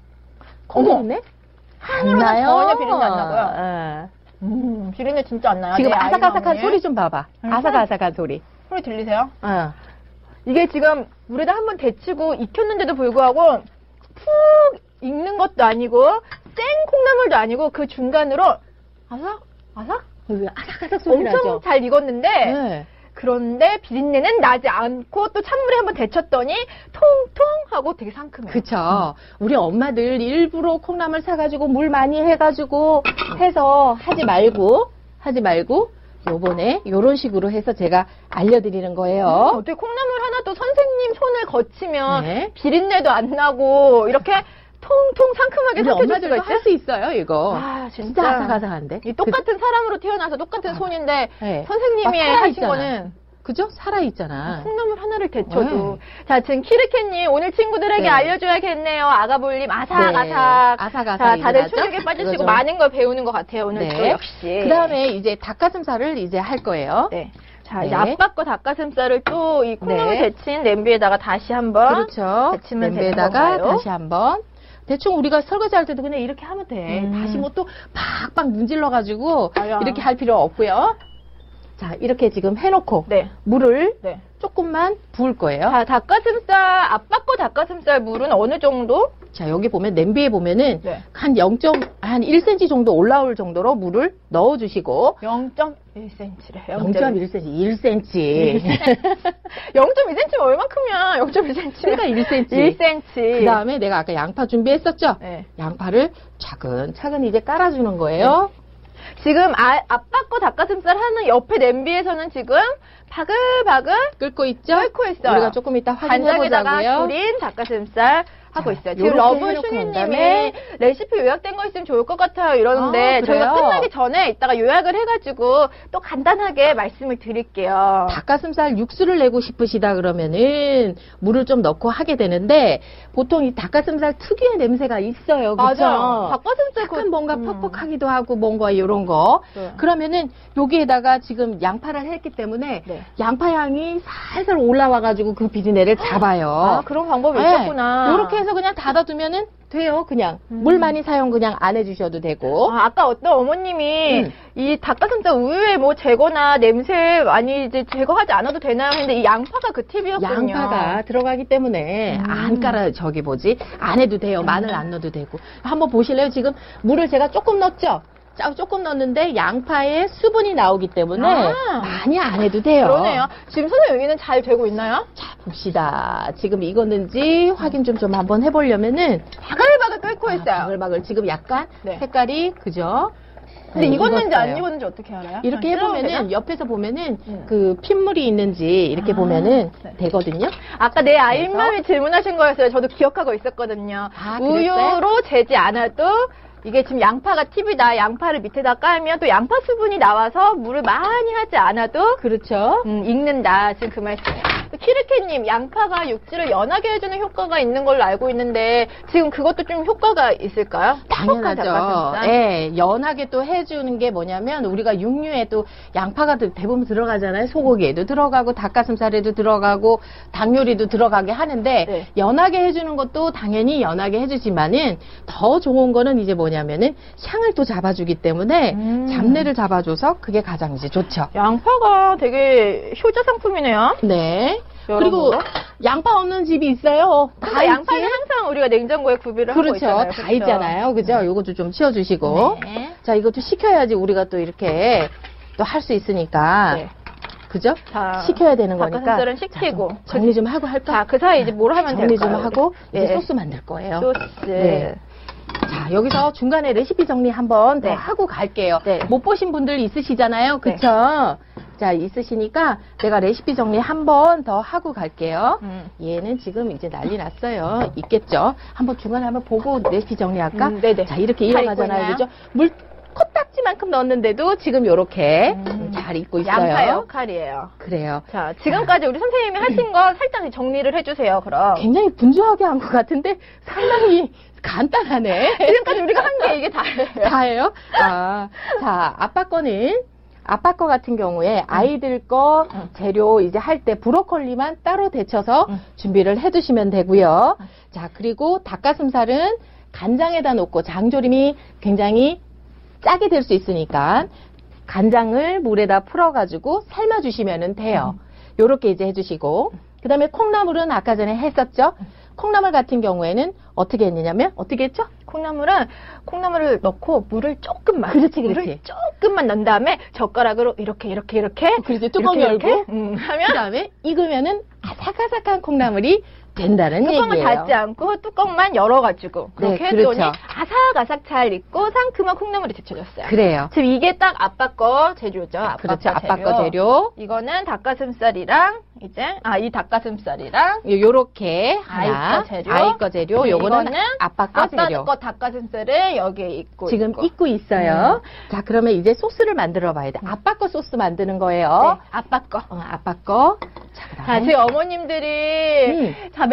S4: 콩
S3: 어머.
S4: 비린내? 안
S3: 향으로는
S4: 나요.
S3: 전혀 비린내 안 나고요.
S4: 예.
S3: 음, 비린내 진짜 안 나요.
S4: 지금
S3: 내 아이
S4: 아삭아삭한
S3: 마음에.
S4: 소리 좀 봐봐.
S3: 음.
S4: 아삭아삭한 소리.
S3: 소리 들리세요?
S4: 어.
S3: 이게 지금 물에다 한번 데치고 익혔는데도 불구하고, 푹 익는 것도 아니고, 생 콩나물도 아니고, 그 중간으로, 아삭? 아삭?
S4: 아삭아삭 소리
S3: 엄청
S4: 나죠.
S3: 잘 익었는데,
S4: 네.
S3: 그런데 비린내는 나지 않고, 또 찬물에 한번 데쳤더니, 통통 하고 되게 상큼해요.
S4: 그쵸. 우리 엄마들 일부러 콩나물 사가지고 물 많이 해가지고 해서 하지 말고, 하지 말고, 요번에 요런 식으로 해서 제가 알려드리는
S3: 어?
S4: 거예요.
S3: 어떻게 콩나물 하나 또 선생님 손을 거치면
S4: 네.
S3: 비린내도 안 나고 이렇게 통통 상큼하게
S4: 우리
S3: 삭혀줄 수가
S4: 엄마들도
S3: 있지?
S4: 할 수 있어요, 이거.
S3: 아 진짜,
S4: 진짜 아삭아삭한데.
S3: 이 똑같은 사람으로 태어나서 똑같은 손인데
S4: 네.
S3: 선생님이
S4: 막 살아
S3: 하신
S4: 있잖아.
S3: 거는
S4: 그죠? 살아있잖아. 음.
S3: 콩나물 하나를 데쳐도 자 지금 키르케님 오늘 친구들에게
S4: 네.
S3: 알려줘야겠네요 아가볼님
S4: 네.
S3: 아삭아삭
S4: 아삭아삭.
S3: 자 다들 충격에 빠지시고 많은 걸 배우는 것 같아요 오늘
S4: 네.
S3: 또 역시
S4: 그 다음에 이제 닭가슴살을 이제 할 거예요.
S3: 네. 자 이제
S4: 네.
S3: 아빠 거 닭가슴살을 또 이 콩나물
S4: 네.
S3: 데친 냄비에다가 다시 한번
S4: 그렇죠.
S3: 어? 데치면 되는
S4: 냄비에다가
S3: 건가요?
S4: 다시 한번 대충 우리가 설거지 할 때도 그냥 이렇게 하면 돼.
S3: 음.
S4: 다시 뭐 또 팍팍 문질러 가지고
S3: 아야.
S4: 이렇게 할 필요 없고요. 자, 이렇게 지금 해 놓고
S3: 네.
S4: 물을
S3: 네.
S4: 조금만 부을 거예요.
S3: 자, 닭가슴살, 아빠 거 닭가슴살 물은 어느 정도?
S4: 자, 여기 보면 냄비에 보면은
S3: 네.
S4: 한 0. 한 1cm 정도 올라올 정도로 물을 넣어 주시고
S3: 0.1cm래.
S4: 0.1cm, 1cm.
S3: 0.2cm 면 얼만큼이야? 0.1cm.
S4: 그러니까 1cm.
S3: 1cm.
S4: 그 다음에 내가 아까 양파 준비했었죠?
S3: 네.
S4: 양파를 차근차근 이제 깔아주는 거예요.
S3: 네. 지금 아, 아빠 거 닭가슴살 하는 옆에 냄비에서는 지금 바글바글
S4: 끓고 있죠?
S3: 끓고 있어요.
S4: 우리가 조금 이따 확인해
S3: 간장에다가
S4: 보자고요.
S3: 졸인 닭가슴살 하고
S4: 자,
S3: 있어요.
S4: 요렇게
S3: 지금 러브
S4: 해놓고 난
S3: 슈니님이
S4: 다음에
S3: 레시피 요약된 거 있으면 좋을 것 같아요. 이러는데
S4: 아,
S3: 저희가
S4: 그래요?
S3: 끝나기 전에 이따가 요약을 해가지고 또 간단하게 말씀을 드릴게요.
S4: 어. 닭가슴살 육수를 내고 싶으시다 그러면은 물을 좀 넣고 하게 되는데 보통 이 닭가슴살 특유의 냄새가 있어요. 그렇죠?
S3: 닭가슴살 그-
S4: 약간 뭔가
S3: 음.
S4: 퍽퍽하기도 하고 뭔가 이런 거.
S3: 네.
S4: 그러면은 여기에다가 지금 양파를 했기 때문에
S3: 네.
S4: 양파 향이 살살 올라와가지고 그 비린내를 잡아요.
S3: 아, 그런 방법이 있었구나. 음.
S4: 이렇게 네. 해서 그냥 닫아두면은 돼요. 그냥 물 많이 사용 그냥 안 해주셔도 되고.
S3: 아, 까 어떤 어머님이
S4: 음.
S3: 이 닭가슴살 우유에 뭐 제거나 냄새 많이 이제 제거하지 않아도 되나 했는데 이 양파가 그 팁이었거든요. 음.
S4: 양파가 들어가기 때문에 안 깔아 저기 뭐지 안 해도 돼요. 마늘 안 넣어도 되고 한번 보실래요? 지금 물을 제가 조금 넣었죠. 짜- 조금 넣었는데 양파에 수분이 나오기 때문에
S3: 아.
S4: 많이 안 해도 돼요.
S3: 그러네요. 지금 선생님 여기는 잘 되고 있나요?
S4: 자, 봅시다. 지금 익었는지 확인 좀, 좀 한번 해보려면은.
S3: 바글바글 끓고 있어요.
S4: 바글바글. 지금 약간
S3: 네.
S4: 색깔이, 그죠?
S3: 근데
S4: 네,
S3: 익었는지 안
S4: 익었어요.
S3: 익었는지 어떻게 알아요?
S4: 이렇게
S3: 그냥 찔러도 되나?
S4: 해보면은, 옆에서 보면은,
S3: 음.
S4: 그 핏물이 있는지 이렇게
S3: 아,
S4: 보면은
S3: 네.
S4: 되거든요?
S3: 아까 내 아이맘이 질문하신 거였어요. 저도 기억하고 있었거든요.
S4: 아, 그랬어요?
S3: 우유로 재지 않아도 이게 지금 양파가 팁이다. 양파를 밑에다 까면 또 양파 수분이 나와서 물을 많이 하지 않아도
S4: 그렇죠.
S3: 음, 익는다. 지금 그 말씀. 또 키르케님, 양파가 육질을 연하게 해주는 효과가 있는 걸로 알고 있는데 지금 그것도 좀 효과가 있을까요? 퍽퍽한
S4: 당연하죠.
S3: 닭가슴살?
S4: 예, 연하게 또 해주는 게 뭐냐면 우리가 육류에도 양파가 또 대부분 들어가잖아요. 소고기에도 들어가고 닭가슴살에도 들어가고 닭요리도 들어가게 하는데
S3: 네.
S4: 연하게 해주는 것도 당연히 연하게 해주지만은 더 좋은 거는 이제 뭐냐면은 향을 또 잡아주기 때문에
S3: 음.
S4: 잡내를 잡아줘서 그게 가장 이제 좋죠.
S3: 양파가 되게 효자 상품이네요.
S4: 네.
S3: 여러모로.
S4: 그리고 양파 없는 집이 있어요. 다
S3: 그러니까
S4: 있지.
S3: 양파는 항상 우리가 냉장고에 구비를 하고
S4: 그렇죠.
S3: 있잖아요.
S4: 다
S3: 그렇죠?
S4: 있잖아요. 그죠? 요것도 좀 치워주시고.
S3: 네.
S4: 자, 이것도 식혀야지 우리가 또 이렇게 또 할 수 있으니까.
S3: 네.
S4: 그죠?
S3: 다
S4: 식혀야 되는 거니까.
S3: 닭가슴살은
S4: 그러니까 자,
S3: 식히고.
S4: 좀 정리 좀 하고 할까?
S3: 자, 그 사이 이제 뭘 하면
S4: 정리
S3: 될까요?
S4: 좀 하고 이제
S3: 네.
S4: 소스 만들 거예요.
S3: 소스.
S4: 네. 자, 여기서 중간에 레시피 정리 한번 더
S3: 네.
S4: 하고 갈게요.
S3: 네.
S4: 못 보신 분들 있으시잖아요. 그쵸? 자, 있으시니까 내가 레시피 정리 한번 더 하고 갈게요.
S3: 음.
S4: 얘는 지금 이제 난리 났어요. 있겠죠? 한번 중간에 한번 보고 레시피 정리할까?
S3: 음, 네네.
S4: 자, 이렇게
S3: 잘
S4: 이어가잖아요.
S3: 익고 있나요?
S4: 그죠? 물 코딱지만큼 넣었는데도 지금 요렇게 잘 익고 있어요.
S3: 음. 양파 역할이에요.
S4: 그래요.
S3: 자, 지금까지 우리 선생님이 하신 거 살짝 정리를 해주세요, 그럼.
S4: 굉장히 분주하게 한 것 같은데 상당히 간단하네.
S3: 지금까지 우리가 한 게 이게 다예요.
S4: 다예요? 아, 자, 아빠 거는 아빠 거 같은 경우에 아이들 거 재료 이제 할 때 브로콜리만 따로 데쳐서 준비를 해두시면 되고요. 자, 그리고 닭가슴살은 간장에다 놓고 장조림이 굉장히 짜게 될 수 있으니까 간장을 물에다 풀어가지고 삶아주시면 돼요. 요렇게 이제 해주시고 그 다음에 콩나물은 아까 전에 했었죠. 콩나물 같은 경우에는 어떻게 했느냐면 어떻게 했죠?
S3: 콩나물은 콩나물을 넣고 물을 조금만
S4: 그렇지, 그렇지.
S3: 물을 조금만 넣은 다음에 젓가락으로 이렇게 이렇게 이렇게
S4: 그렇지 뚜껑
S3: 이렇게,
S4: 열고
S3: 이렇게, 음,
S4: 그
S3: 하면
S4: 다음에 익으면은 아삭아삭한 콩나물이 된다는
S3: 뚜껑을
S4: 얘기예요.
S3: 닫지 않고 뚜껑만 열어가지고 그렇게
S4: 네,
S3: 했더니
S4: 그렇죠.
S3: 아삭아삭 잘 익고 상큼한 콩나물이 데쳐졌어요.
S4: 그래요.
S3: 지금 이게 딱 아빠 거 재료죠. 아빠
S4: 그렇죠.
S3: 거
S4: 아빠 거 재료.
S3: 이거는 닭가슴살이랑 이제 아 이 닭가슴살이랑
S4: 요- 요렇게 하나.
S3: 아이 거 재료.
S4: 아이 거 재료. 요거는 아빠 거
S3: 아빠
S4: 재료.
S3: 거 닭가슴살을 여기에 익고
S4: 지금
S3: 있고. 음.
S4: 익고 있어요. 자, 그러면 이제 소스를 만들어 봐야 돼. 아빠 거 소스 만드는 거예요.
S3: 네, 아빠 거.
S4: 어, 아빠 거. 자,
S3: 자,
S4: 그다음에
S3: 지금 어머님들이
S4: 네. 음.
S3: 자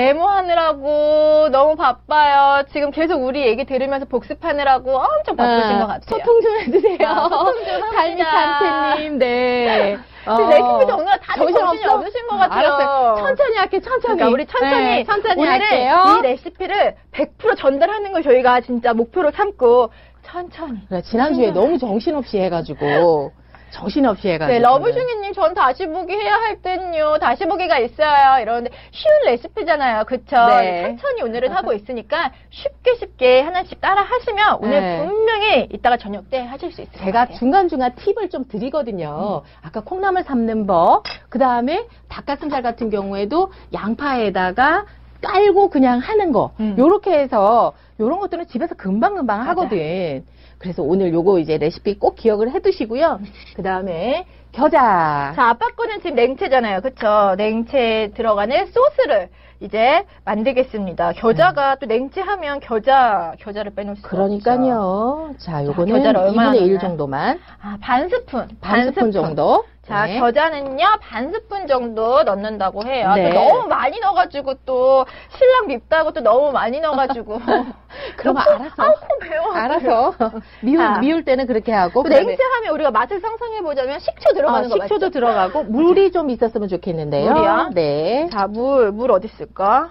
S3: 메모하느라고 너무 바빠요. 지금 계속 우리 얘기 들으면서 복습하느라고 엄청 바쁘신
S4: 어,
S3: 것 같아요.
S4: 소통 좀 해주세요.
S3: 아, 소통 좀 합시다.
S4: 달미탄테님, 네.
S3: 지금 레시피 정리가 다들
S4: 정신
S3: 정신이
S4: 없어?
S3: 없으신 것 같아요.
S4: 알았어요. 천천히 할게, 천천히.
S3: 그러니까 우리 천천히,
S4: 네, 천천히
S3: 오늘은
S4: 할게요.
S3: 이 레시피를 100% 전달하는 걸 저희가 진짜 목표로 삼고 천천히.
S4: 그래, 그러니까 지난주에 너무 정신없이 해가지고. 정신없이 해가지고.
S3: 네, 러브슝이님 전 다시 보기 해야 할 땐요. 다시 보기가 있어요. 이러는데 쉬운 레시피잖아요. 그쵸?
S4: 네.
S3: 천천히 오늘은 하고 있으니까 쉽게 쉽게 하나씩 따라 하시면 오늘
S4: 네.
S3: 분명히 이따가 저녁 때 하실 수 있을 것
S4: 제가
S3: 같아요.
S4: 중간중간 팁을 좀 드리거든요.
S3: 음.
S4: 아까 콩나물 삶는 법, 그 다음에 닭가슴살 같은 경우에도 양파에다가 깔고 그냥 하는 거,
S3: 음.
S4: 요렇게 해서, 요런 것들은 집에서 금방금방 하거든. 그래서 오늘 요거 이제 레시피 꼭 기억을 해 두시고요. 그 다음에 겨자.
S3: 자, 아빠 거는 지금 냉채잖아요. 그쵸? 냉채에 들어가는 소스를 이제 만들겠습니다. 겨자가
S4: 네.
S3: 또 냉채하면 겨자, 겨자를 빼놓을 수 없죠.
S4: 그러니까요. 자, 요거는
S3: 겨자를 얼마나
S4: 2분의 1
S3: 넣나요?
S4: 정도만.
S3: 아, 반 스푼.
S4: 반 스푼 정도.
S3: 자,
S4: 네.
S3: 겨자는요, 반 스푼 정도 넣는다고 해요. 또
S4: 네.
S3: 너무 많이 넣어가지고 또, 신랑 밉다고 또 너무 많이 넣어가지고.
S4: 그러면 알아서.
S3: 또 매워.
S4: 알아서. 미울,
S3: 자.
S4: 미울 때는 그렇게
S3: 또
S4: 하고. 그다음에
S3: 냉채하면 우리가 맛을 상상해보자면 식초 들어가는
S4: 아,
S3: 거 맞죠?
S4: 식초도 들어가고 물이 좀 있었으면 좋겠는데요.
S3: 물이요?
S4: 네.
S3: 자, 물, 물 어디 있을까?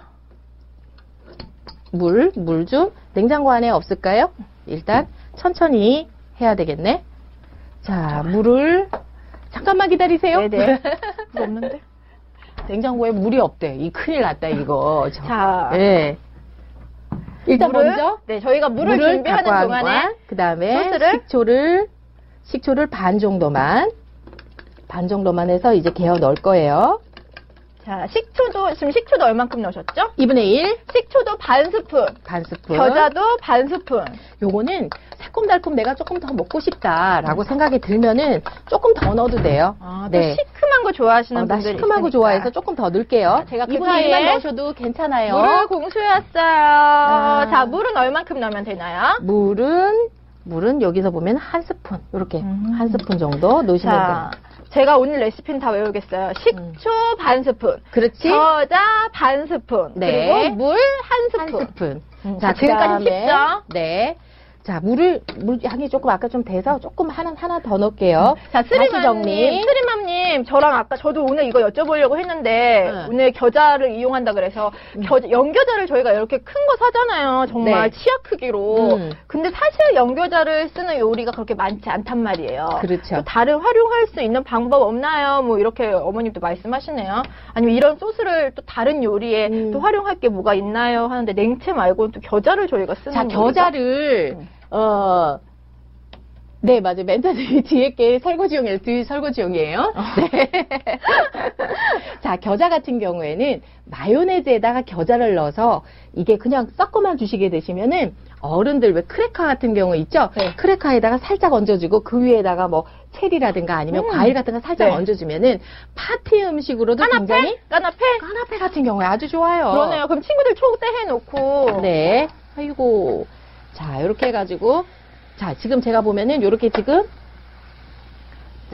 S4: 물, 물 좀. 냉장고 안에 없을까요? 일단 천천히 해야 되겠네. 자, 물을 잠깐만 기다리세요.
S3: 네네. 물 없는데?
S4: 냉장고에 물이 없대. 이 큰일 났다 이거. 저-
S3: 자,
S4: 예. 일단
S3: 물을,
S4: 먼저
S3: 네, 저희가 물을, 준비하는
S4: 갖고 한
S3: 동안에
S4: 거야. 그다음에
S3: 소스를?
S4: 식초를 식초를 반 정도만 반 정도만 해서 이제 개어 넣을 거예요.
S3: 자, 식초도 지금 식초도 얼만큼 넣으셨죠?
S4: 2분의 1
S3: 식초도 반 스푼,
S4: 반 스푼.
S3: 겨자도 반 스푼.
S4: 요거는 새콤달콤 내가 조금 더 먹고 싶다라고 생각이 들면은 조금 더 넣어도 돼요.
S3: 음. 아, 또
S4: 네.
S3: 시큼한 거 좋아하시는
S4: 어, 나
S3: 분들이
S4: 시큼하고
S3: 있으니까.
S4: 좋아해서 조금 더 넣을게요.
S3: 제가 그
S4: 2분의 1만
S3: 사이에
S4: 넣으셔도 괜찮아요. 아.
S3: 물을 공수해 왔어요. 자, 물은 얼만큼 넣으면 되나요?
S4: 물은 물은 여기서 보면 한 스푼 이렇게 한 스푼 정도 넣으시면
S3: 음. 자,
S4: 돼요.
S3: 제가 오늘 레시피는 다 외우겠어요. 식초 반 스푼,
S4: 그렇지?
S3: 겨자 반 스푼,
S4: 음. 네.
S3: 그리고 물 한
S4: 한
S3: 스푼.
S4: 스푼.
S3: 음, 자, 지금까지
S4: 그다음에-
S3: 식죠?
S4: 네. 자, 물을 물 양이 조금 아까 좀 돼서 조금 하나 하나 더 넣을게요.
S3: 음. 자,
S4: 다시 정리.
S3: 스리맘님, 스리맘님, 저랑 아까 저도 오늘 이거 여쭤보려고 했는데
S4: 응.
S3: 오늘 겨자를 이용한다 그래서 겨, 연겨자를 저희가 이렇게 큰 거 사잖아요. 정말
S4: 음. 네.
S3: 치약 크기로.
S4: 음.
S3: 근데 사실 연겨자를 쓰는 요리가 그렇게 많지 않단 말이에요.
S4: 그렇죠.
S3: 또 다른 활용할 수 있는 방법 없나요? 뭐 이렇게 어머님도 말씀하시네요. 아니면 이런 소스를 또 다른 요리에
S4: 음.
S3: 또 활용할 게 뭐가 있나요? 하는데 냉채 말고는 또 겨자를 저희가 쓰는
S4: 자, 겨자를 어 네, 맞아요. 멘토들이 뒤에 게 설거지용이에요. 뒤 설거지용이에요.
S3: 어.
S4: 네. 자, 겨자 같은 경우에는 마요네즈에다가 겨자를 넣어서 이게 그냥 섞어만 주시게 되시면은 어른들 왜 크래커 같은 경우 있죠?
S3: 네.
S4: 크래커에다가 살짝 얹어주고 그 위에다가 뭐 체리라든가 아니면 과일 같은 거 살짝
S3: 네.
S4: 얹어주면은 파티 음식으로도 굉장히
S3: 까나페?
S4: 까나페 같은 경우에 아주 좋아요.
S3: 그러네요. 그럼 친구들 초대해 놓고
S4: 네. 아이고. 자, 이렇게 해가지고. 자, 지금 제가 보면은 이렇게 지금.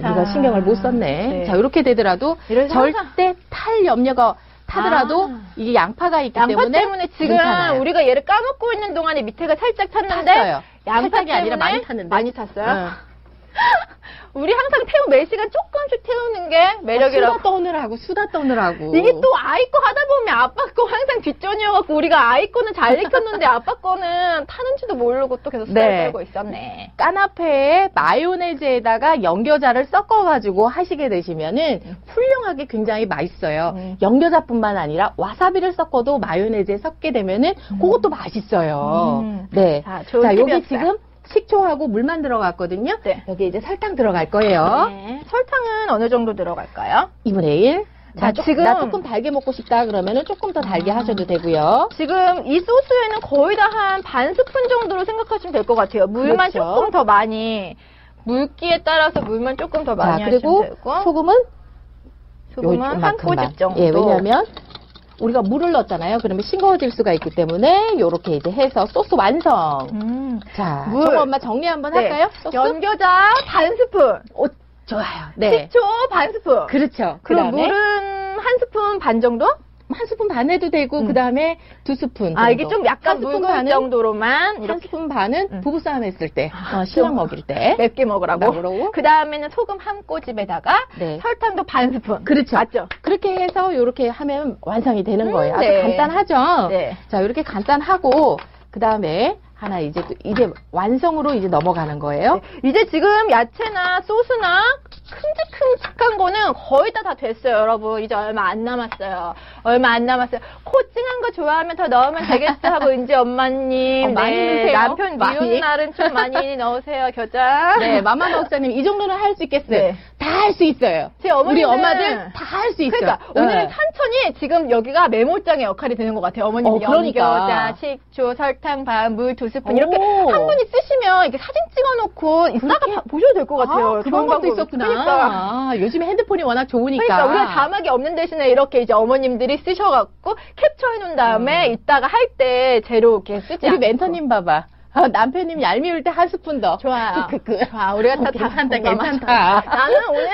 S3: 자.
S4: 우리가 신경을 못 썼네.
S3: 네.
S4: 자, 이렇게 되더라도
S3: 이래서
S4: 절대 탈 염려가 타더라도
S3: 아.
S4: 이게 양파가 있기
S3: 양파 때문에,
S4: 때문에,
S3: 지금
S4: 괜찮아요.
S3: 우리가 얘를 까먹고 있는 동안에 밑에가 살짝 탔는데
S4: 탔어요.
S3: 양파
S4: 살짝이
S3: 때문에 아,
S4: 아니라 많이 탔는데. 네.
S3: 많이 탔어요.
S4: 응.
S3: 우리 항상 태우 매 시간 조금씩 태우는 게 매력이라고.
S4: 수다 떠느라고 수다 떠느라고.
S3: 이게 또 아이 거 하다 보면 아빠 거 항상 뒷전이어갖고 우리가 아이 거는 잘 익혔는데 아빠 거는 타는지도 모르고 또 계속 수다를
S4: 네.
S3: 떨고 있었네.
S4: 까나페에 마요네즈에다가 연겨자를 섞어가지고 하시게 되시면은 훌륭하게 굉장히 맛있어요.
S3: 음.
S4: 연겨자뿐만 아니라 와사비를 섞어도 마요네즈에 섞게 되면은 그것도 맛있어요.
S3: 음.
S4: 네.
S3: 자, 좋은
S4: 자, 여기
S3: 팁이었어요.
S4: 지금 식초하고 물만 들어갔거든요.
S3: 네.
S4: 여기 이제 설탕 들어갈 거예요.
S3: 네. 설탕은 어느 정도 들어갈까요?
S4: 2분의 1.
S3: 자,
S4: 나
S3: 지금-
S4: 지금 나 조금 달게 먹고 싶다 그러면은 조금 더 달게
S3: 아.
S4: 하셔도 되고요.
S3: 지금 이 소스에는 거의 다 한 반 스푼 정도로 생각하시면 될 것 같아요. 물만
S4: 그렇죠.
S3: 조금 더 많이 물기에 따라서 물만 조금 더 많이
S4: 자, 그리고
S3: 하시면 되고
S4: 소금은
S3: 소금은 한
S4: 요만큼만.
S3: 꼬집 정도.
S4: 예, 왜냐하면 우리가 물을 넣었잖아요. 그러면 싱거워질 수가 있기 때문에 요렇게 이제 해서 소스 완성.
S3: 음,
S4: 자,
S3: 물.
S4: 정 엄마 정리 한번
S3: 네.
S4: 할까요? 소스?
S3: 연겨자 반 스푼,
S4: 오, 좋아요. 네.
S3: 식초 반 스푼.
S4: 그렇죠.
S3: 그럼
S4: 그다음에
S3: 물은 한 스푼 반 정도?
S4: 한 스푼 반 해도 되고 그다음에 두 스푼 정도.
S3: 아 이게 좀 약간
S4: 한 스푼
S3: 묽은
S4: 반은
S3: 정도로만
S4: 한
S3: 이렇게
S4: 스푼 반은
S3: 음. 네.
S4: 부부싸움 했을 때 어, 신랑 먹일 때.
S3: 맵게 먹으라고.
S4: 먹으라고?
S3: 그 다음에는 소금 한 꼬집에다가
S4: 네.
S3: 설탕도 반 스푼.
S4: 그렇죠.
S3: 맞죠?
S4: 그렇게 해서 요렇게 하면 완성이 되는
S3: 음,
S4: 거예요. 아주
S3: 네.
S4: 간단하죠.
S3: 네.
S4: 자, 이렇게 간단하고 그다음에 하나 이제 또 이제 완성으로 이제 넘어가는 거예요.
S3: 이제 지금 야채나 소스나 큼직큼직한 거는 거의 다 다 됐어요, 여러분. 이제 얼마 안 남았어요. 얼마 안 남았어요. 코찡한 거 좋아하면 더 넣으면 되겠어 하고 은지 엄마님,
S4: 어, 많이
S3: 네,
S4: 넣으세요.
S3: 남편
S4: 많이.
S3: 미운 날은 좀 많이 넣으세요, 겨자.
S4: 네, 마마 먹자님 이 정도는 할 수 있겠어요.
S3: 네.
S4: 다 할 수 있어요.
S3: 제 어머니는
S4: 우리 엄마들 다 할 수 있어요.
S3: 그러니까 오늘은
S4: 네.
S3: 천천히 지금 여기가 메모장의 역할이 되는 것 같아요. 어머님
S4: 어,
S3: 이
S4: 그러니까.
S3: 연겨자, 식초, 설탕, 반, 물 두 스푼 이렇게
S4: 오.
S3: 한 분이 쓰시면 이렇게 사진 찍어놓고 이따가 봐- 보셔도 될 것 같아요.
S4: 아, 그런 것도
S3: 방법이.
S4: 있었구나.
S3: 그러니까.
S4: 아, 요즘에 핸드폰이 워낙 좋으니까. 아.
S3: 그러니까 우리가 자막이 없는 대신에 이렇게 이제 어머님들이 쓰셔갖고 캡처해 놓은 다음에 이따가 할 때 재료 이렇게 쓰지.
S4: 우리
S3: 않고.
S4: 멘토님 봐봐. 아, 남편님 얄미울 때 한 스푼 더.
S3: 좋아요.
S4: 크크크.
S3: 좋아, 우리가 다
S4: 괜찮다,
S3: 그, 공감하자.
S4: 괜찮다.
S3: 어, 나는 오늘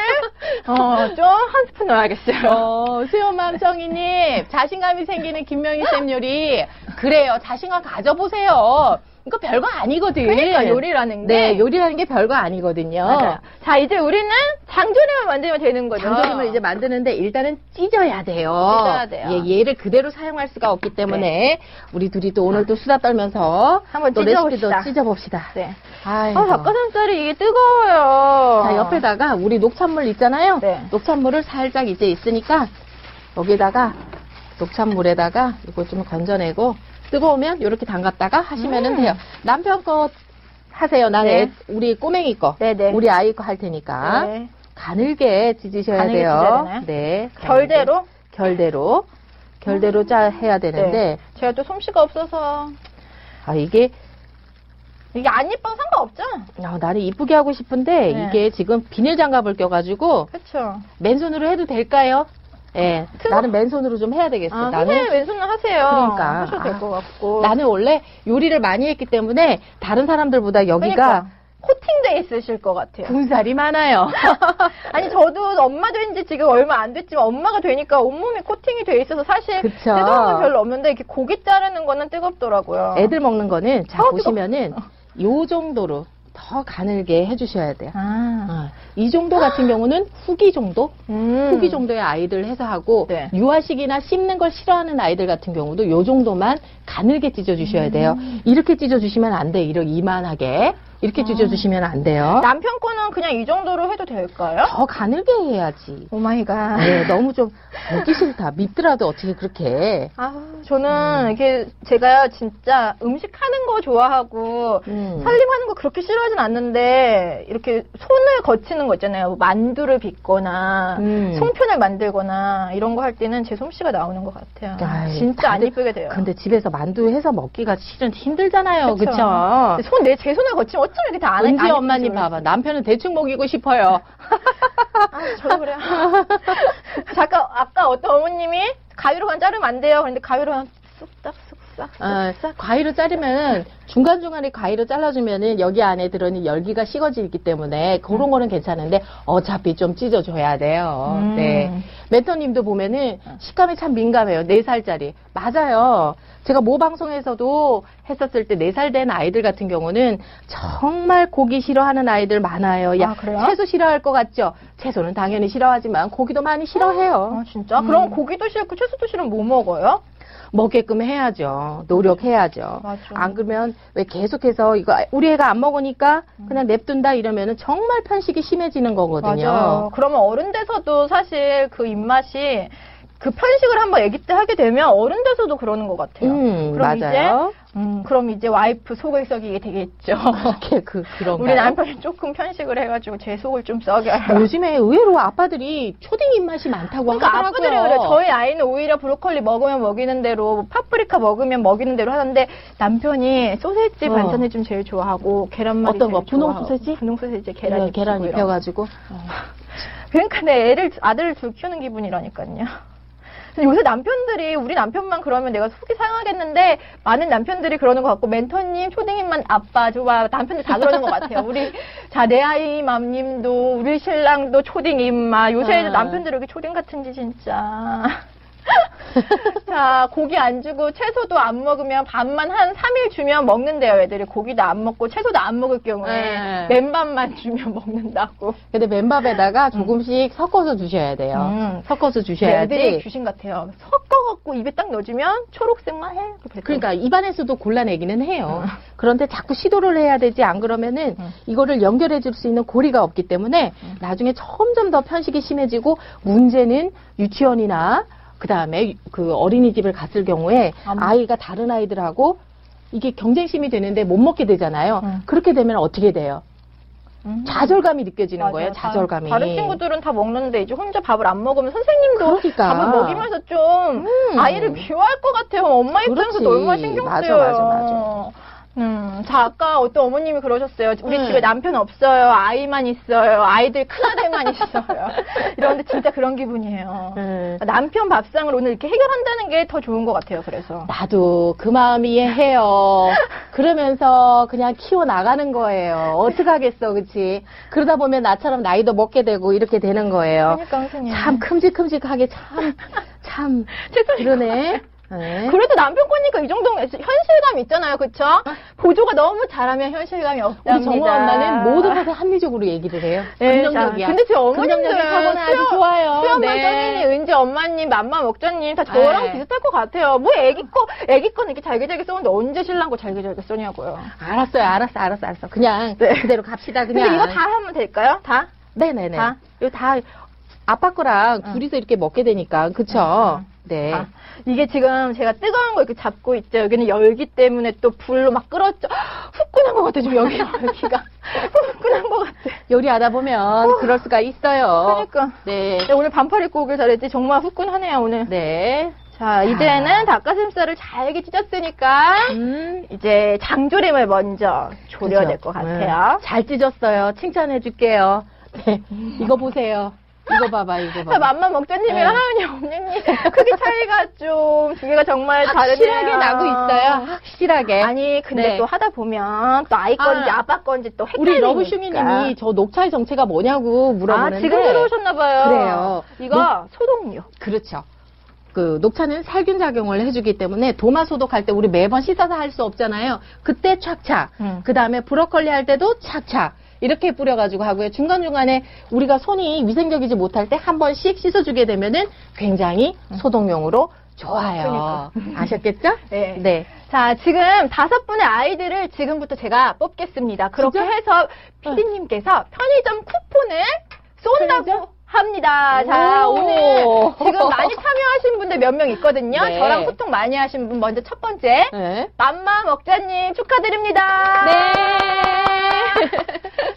S3: 어좀 한 스푼 넣어야겠어요.
S4: 어, 수요맘 성희님, 자신감이 생기는 김명희 쌤 요리. 그래요. 자신감 가져보세요. 이거 별거 아니거든.
S3: 그러니까 요리라는 게
S4: 네, 요리라는 게 별거 아니거든요.
S3: 맞아요. 자 이제 우리는 장조림을 만들면 되는 거죠.
S4: 장조림을 이제 만드는데 일단은 찢어야 돼요. 네.
S3: 찢어야 돼요.
S4: 예, 얘를 그대로 사용할 수가 없기 때문에 우리 둘이 또 오늘 또 수다 떨면서
S3: 한번
S4: 또
S3: 찢어봅시다.
S4: 레시피도 찢어봅시다.
S3: 네.
S4: 아이고.
S3: 아, 닭가슴살이 이게 뜨거워요.
S4: 자, 옆에다가 우리 녹찬물 있잖아요.
S3: 아. 네.
S4: 녹찬물을 살짝 이제 있으니까 여기다가 녹찬물에다가 이거 좀 건져내고 뜨거우면 이렇게 담갔다가 하시면 은 돼요. 남편 거 하세요. 나는
S3: 음. 네.
S4: 애- 우리 꼬맹이 거,
S3: 네네.
S4: 우리 아이 거 할 테니까
S3: 네.
S4: 가늘게 찢으셔야
S3: 가늘게
S4: 돼요.
S3: 찢어야 되나요?
S4: 네. 가늘게.
S3: 결대로 음.
S4: 결대로 결대로 짜 해야 되는데
S3: 네. 제가 또 솜씨가 없어서
S4: 아 이게
S3: 이게 안 예뻐 상관없죠.
S4: 아, 나는 이쁘게 하고 싶은데
S3: 네.
S4: 이게 지금 비닐 장갑을 껴가지고
S3: 그렇죠.
S4: 맨손으로 해도 될까요? 예.
S3: 틀어.
S4: 나는 맨손으로 좀 해야 되겠어.
S3: 아,
S4: 나는
S3: 선생님 왼손으로 하세요.
S4: 그러니까.
S3: 하셔도 될 것 같고.
S4: 나는 원래 요리를 많이 했기 때문에 다른 사람들보다 여기가
S3: 그러니까 코팅돼 있으실 것 같아요.
S4: 군살이 많아요.
S3: 아니 저도 엄마 된 지 지금 얼마 안 됐지만 엄마가 되니까 온몸이 코팅이 돼 있어서 사실
S4: 그쵸.
S3: 뜨거운 건 별로 없는데 이렇게 고기 자르는 거는 뜨겁더라고요.
S4: 애들 먹는 거는 자
S3: 어,
S4: 보시면은 요 정도로 더 가늘게 해주셔야 돼요.
S3: 아.
S4: 아, 이 정도 같은 경우는 후기 정도?
S3: 음.
S4: 후기 정도의 아이들 해서 하고
S3: 네.
S4: 유아식이나 씹는 걸 싫어하는 아이들 같은 경우도 요 정도만 가늘게 찢어 주셔야 돼요.
S3: 음.
S4: 이렇게 찢어 주시면 안 돼. 이렇게 이만하게
S3: 아.
S4: 이렇게 찢어 주시면 안 돼요.
S3: 남편 거는 그냥 이 정도로 해도 될까요?
S4: 더 가늘게 해야지.
S3: 오마이갓.
S4: 네, 너무 좀 보기 싫다. 밉더라도 어떻게 그렇게.
S3: 아, 저는 이게 제가 진짜 음식 하는 거 좋아하고
S4: 음.
S3: 살림하는 거 그렇게 싫어하진 않는데 이렇게 손을 거치는 거 있잖아요. 만두를 빚거나
S4: 음.
S3: 송편을 만들거나 이런 거 할 때는 제 솜씨가 나오는 것 같아요.
S4: 아이,
S3: 진짜 안
S4: 근데-
S3: 이쁘게 돼요.
S4: 근데 집에서 만두 해서 먹기가 실은 힘들잖아요.
S3: 그쵸.
S4: 그렇죠?
S3: 손 내 제 손을 거치면 어쩜 이렇게 다안
S4: 은지 엄마님 봐봐. 남편은 대충 먹이고 싶어요.
S3: 아, 저도 그래요. 잠깐 아까 어떤 어머님이 가위로 그냥 자르면 안 돼요. 그런데 가위로 그냥 쑥딱 쑥싹
S4: 어, 과일로 자르면 중간중간에 과일로 잘라주면은 여기 안에 들어있는 열기가 식어지기 때문에 그런 거는 괜찮은데 어차피 좀 찢어줘야 돼요.
S3: 음. 어.
S4: 네. 멘토님도 보면은 식감이 참 민감해요. 4살짜리. 맞아요. 제가 모 방송에서도 했었을 때 4살 된 아이들 같은 경우는 정말 고기 싫어하는 아이들 많아요. 야,
S3: 아, 그래요?
S4: 채소 싫어할 것 같죠? 채소는 당연히 싫어하지만 고기도 많이 싫어해요.
S3: 아,
S4: 음.
S3: 진짜? 그럼 고기도 싫고 채소도 싫으면 뭐 먹어요?
S4: 먹게끔 해야죠. 노력해야죠.
S3: 맞아.
S4: 안 그러면 왜 계속해서 이거 아, 우리 애가 안 먹으니까
S3: 음.
S4: 그냥 냅둔다 이러면은 정말 편식이 심해지는 거거든요.
S3: 맞아요. 그러면 어른 돼서도 사실 그 입맛이 그 편식을 한번 아기 때 하게 되면 어른 돼서도 그러는 것 같아요.
S4: 음,
S3: 그럼
S4: 맞아요.
S3: 이제 음, 그럼 이제 와이프 속을 썩이게 되겠죠.
S4: 이렇게 그 그런
S3: 우리 남편이 조금 편식을 해가지고 제 속을 좀 썩여요.
S4: 요즘에 의외로 아빠들이 초딩 입맛이 많다고
S3: 그러니까
S4: 하더라고요.
S3: 아빠들이 그래요. 저희 아이는 오히려 브로콜리 먹으면 먹이는 대로, 파프리카 먹으면 먹이는 대로 하는데 남편이 소세지
S4: 어.
S3: 반찬을 좀 제일 좋아하고 계란말이
S4: 어떤 거?
S3: 제일
S4: 분홍
S3: 좋아하고.
S4: 소세지?
S3: 분홍 소세지 계란
S4: 네, 계란,
S3: 입히고
S4: 계란
S3: 이런 어.
S4: 입혀가지고
S3: 그러니까 내 애를 아들을 둘 키우는 기분이라니까요. 근데 요새 남편들이 우리 남편만 그러면 내가 속이 상하겠는데 많은 남편들이 그러는 것 같고 멘토님, 초딩님만 아빠 좋아 남편들 다 그러는 것 같아요. 우리 자 내 아이 맘님도 우리 신랑도 초딩 임마 요새
S4: 아.
S3: 남편들 이렇게 초딩 같은지 진짜. 자 고기 안 주고 채소도 안 먹으면 밥만 한 3일 주면 먹는데요 애들이 고기도 안 먹고 채소도 안 먹을 경우에
S4: 네.
S3: 맨밥만 주면 먹는다고.
S4: 근데 맨밥에다가 조금씩 섞어서 주셔야 돼요.
S3: 음.
S4: 섞어서
S3: 애들이
S4: 주셔야지.
S3: 귀신 같아요. 섞어갖고 입에 딱 넣어주면 초록색만 해. 그랬더니
S4: 그러니까 입안에서도 골라내기는
S3: 어.
S4: 해요. 그런데 자꾸 시도를 해야 되지 안 그러면은 이거를 연결해 줄 수 있는 고리가 없기 때문에
S3: 어.
S4: 나중에 점점 더 편식이 심해지고 문제는 유치원이나 그다음에 그 어린이집을 갔을 경우에
S3: 뭐.
S4: 아이가 다른
S3: 어.
S4: 아이들하고 이게 경쟁심이 되는데 못 먹게 되잖아요. 그렇게 되면 어떻게 돼요? 좌절감이 느껴지는
S3: 음. 맞아요.
S4: 거예요.
S3: 다-
S4: 좌절감이.
S3: 다른 친구들은 다 먹는데 이제 혼자 밥을 안 먹으면 선생님도
S4: 그러니까. 음.
S3: 밥을 먹이면서 좀 아이를 비워할 것 같아요. 엄마 입장에서도
S4: 그렇지.
S3: 얼마나 신경
S4: 맞아,
S3: 쓰여요.
S4: 맞아, 맞아.
S3: 음, 자, 아까 어떤 어머님이 그러셨어요. 우리
S4: 음.
S3: 집에 남편 없어요. 아이만 있어요. 아이들 큰 아들만 있어요. 이런데 진짜 그런 기분이에요.
S4: 음.
S3: 남편 밥상을 오늘 이렇게 해결한다는 게 더 좋은 것 같아요. 그래서.
S4: 나도 그 마음 이해해요. 그러면서 그냥 키워 나가는 거예요. 어떡하겠어, 그치? 그러다 보면 나처럼 나이도 먹게 되고 이렇게 되는 거예요.
S3: 그러니까 선생님.
S4: 어, 참 큼직큼직하게 참, 참, 그러네. 네.
S3: 그래도 남편 거니까 이 정도는 현실감 있잖아요. 그쵸? 보조가 너무 잘하면 현실감이 없답니다.
S4: 우리 정화 엄마는 그렇죠. 모든 것을 합리적으로 얘기를 해요.
S3: 네,
S4: 긍정적이야.
S3: 자, 근데 제 어머님들
S4: 긍정적인 사고는 아주
S3: 수염-
S4: 좋아요.
S3: 수염
S4: 네.
S3: 발전이니 은지 엄마님, 맘마 먹자님 다 저랑
S4: 네.
S3: 비슷할 것 같아요. 뭐 애기 거, 애기 거는 이렇게 잘게 잘게 썼는데 언제 신랑 거 잘게 잘게 써냐고요.
S4: 알았어요, 알았어, 알았어, 알았어. 그냥 그대로 갑시다,
S3: 네. 근데
S4: 그냥.
S3: 이거 다 하면 될까요? 다?
S4: 네네네.
S3: 다?
S4: 이거 다 아빠 거랑 둘이서 이렇게 먹게 되니까, 그쵸? 네.
S3: 아, 이게 지금 제가 뜨거운 거 이렇게 잡고 있죠. 여기는 열기 때문에 또 불로 막 끓었죠. 후끈한 것 같아, 지금 여기 열기가. 후끈한 것 같아.
S4: 요리하다 보면 그럴 수가 있어요.
S3: 어. 그러니까.
S4: 네.
S3: 야, 오늘 반팔 입고 오길 잘했지. 정말 후끈하네요, 오늘.
S4: 네.
S3: 자,
S4: 아.
S3: 이제는 닭가슴살을 잘게 찢었으니까
S4: 음. 그렇죠.
S3: 이제 장조림을 먼저 졸여야 될 것 같아요.
S4: 네. 잘 찢었어요. 칭찬해 줄게요. 네. 이거 보세요. 이거 봐봐, 이거
S3: 자,
S4: 봐봐.
S3: 맘만 먹자님이랑 하은이
S4: 네.
S3: 언니님 크게 차이가 좀 두 개가 정말 다르네요.
S4: 확실하게 아, 나고 있어요. 확실하게.
S3: 아니 근데
S4: 네.
S3: 또 하다 보면 또 아이 건지
S4: 아.
S3: 아, 빠 건지 또 헷갈리니까.
S4: 우리 러브슈미님이 저 녹차의 정체가 뭐냐고
S3: 아
S4: 물어보는데.
S3: 지금 들어오셨나 봐요.
S4: 그래요. 네.
S3: 이거 소독류.
S4: 그렇죠. 그 녹차는 살균 작용을 해주기 때문에 도마 소독할 때 우리 매번 씻어서 할 수 없잖아요. 그때 착착.
S3: 음.
S4: 그 다음에 브로콜리 할 때도 착착. 이렇게 뿌려가지고 하고요. 중간중간에 우리가 손이 위생적이지 못할 때 한 번씩 씻어주게 되면은 굉장히 소독용으로 좋아요. 아셨겠죠?
S3: 네.
S4: 네.
S3: 자 지금 다섯 분의 아이들을 지금부터 제가 뽑겠습니다. 그렇게
S4: 진짜?
S3: 해서 피디님께서 편의점 쿠폰을 쏜다고 합니다. 자
S4: 오.
S3: 오늘 지금 많이 참여하신 분들 몇 명 있거든요.
S4: 네.
S3: 저랑 소통 많이 하신 분 먼저 첫 번째
S4: 네.
S3: 맘마 먹자님 축하드립니다.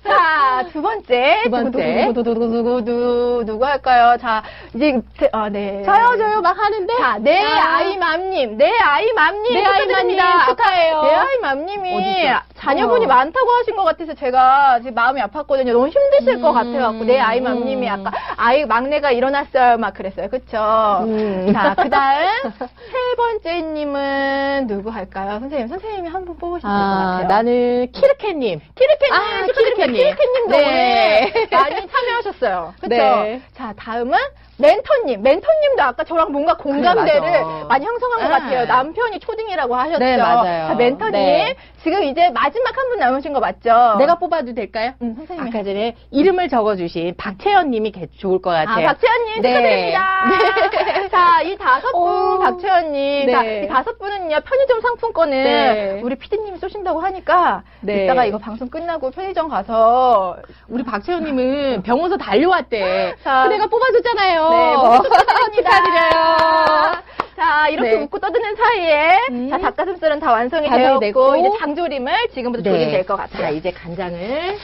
S3: 자, 두 번째.
S4: 두 번째.
S3: 두구두구두구두구두구. 누구 할까요? 자, 이제, 대- 아, 네.
S4: 저요, 저요, 막 하는데.
S3: 자, 내
S4: 아.
S3: 아이 맘님, 내 아이 맘님.
S4: 내 아이
S3: 축하드립니다.
S4: 맘님 축하해요.
S3: 내 아이 맘님이
S4: 어디죠?
S3: 자녀분이
S4: 어.
S3: 많다고 하신 것 같아서 제가 지금 마음이 아팠거든요. 너무 힘드실
S4: 음.
S3: 것 같아갖고, 내 아이 맘님이 아까 아이 막내가 일어났어요. 막 그랬어요. 그쵸?
S4: 음.
S3: 자, 그 다음, 세 번째님은 누구 할까요? 선생님, 선생님이 한 분 뽑으시면 될 것
S4: 아,
S3: 같아요.
S4: 나는 키르케님.
S3: 키르케님
S4: 아,
S3: 축하드립니다.
S4: 키르케님.
S3: 키르케님도
S4: 네.
S3: 오늘 많이 참여하셨어요. 그렇죠?
S4: 네.
S3: 자 다음은 멘토님. 멘토님도 아까 저랑 뭔가 공감대를
S4: 그래, 맞아.
S3: 많이 형성한 것
S4: 네.
S3: 같아요. 남편이 초딩이라고 하셨죠.
S4: 네, 맞아요.
S3: 자 멘토님
S4: 네.
S3: 지금 이제 마지막 한 분 남으신 거 맞죠?
S4: 내가 뽑아도 될까요?
S3: 음, 선생님이.
S4: 아까 전에 이름을 적어주신 박채연 님이 개- 좋을 것
S3: 아,
S4: 같아요.
S3: 박채연님
S4: 네.
S3: 축하드립니다. 자, 이 다섯 분,
S4: 오.
S3: 박채연님.
S4: 네.
S3: 자, 이 다섯 분은요, 편의점 상품권을
S4: 네.
S3: 우리 피디님이 쏘신다고 하니까,
S4: 네.
S3: 이따가 이거 방송 끝나고 편의점 가서
S4: 우리 박채연 님은 병원서 달려왔대.
S3: 자.
S4: 그 내가 뽑아줬잖아요.
S3: 네, 모두 축하드립니다.
S4: 축하드려요.
S3: 자, 이렇게
S4: 뭐. 네.
S3: 웃고 떠드는 사이에
S4: 음.
S3: 자, 닭가슴살은 다 완성이
S4: 다
S3: 되었고
S4: 되었고. 네.
S3: 이제 장조림을 지금부터 조리 될것
S4: 자,
S3: 같아요.
S4: 이제 간장을.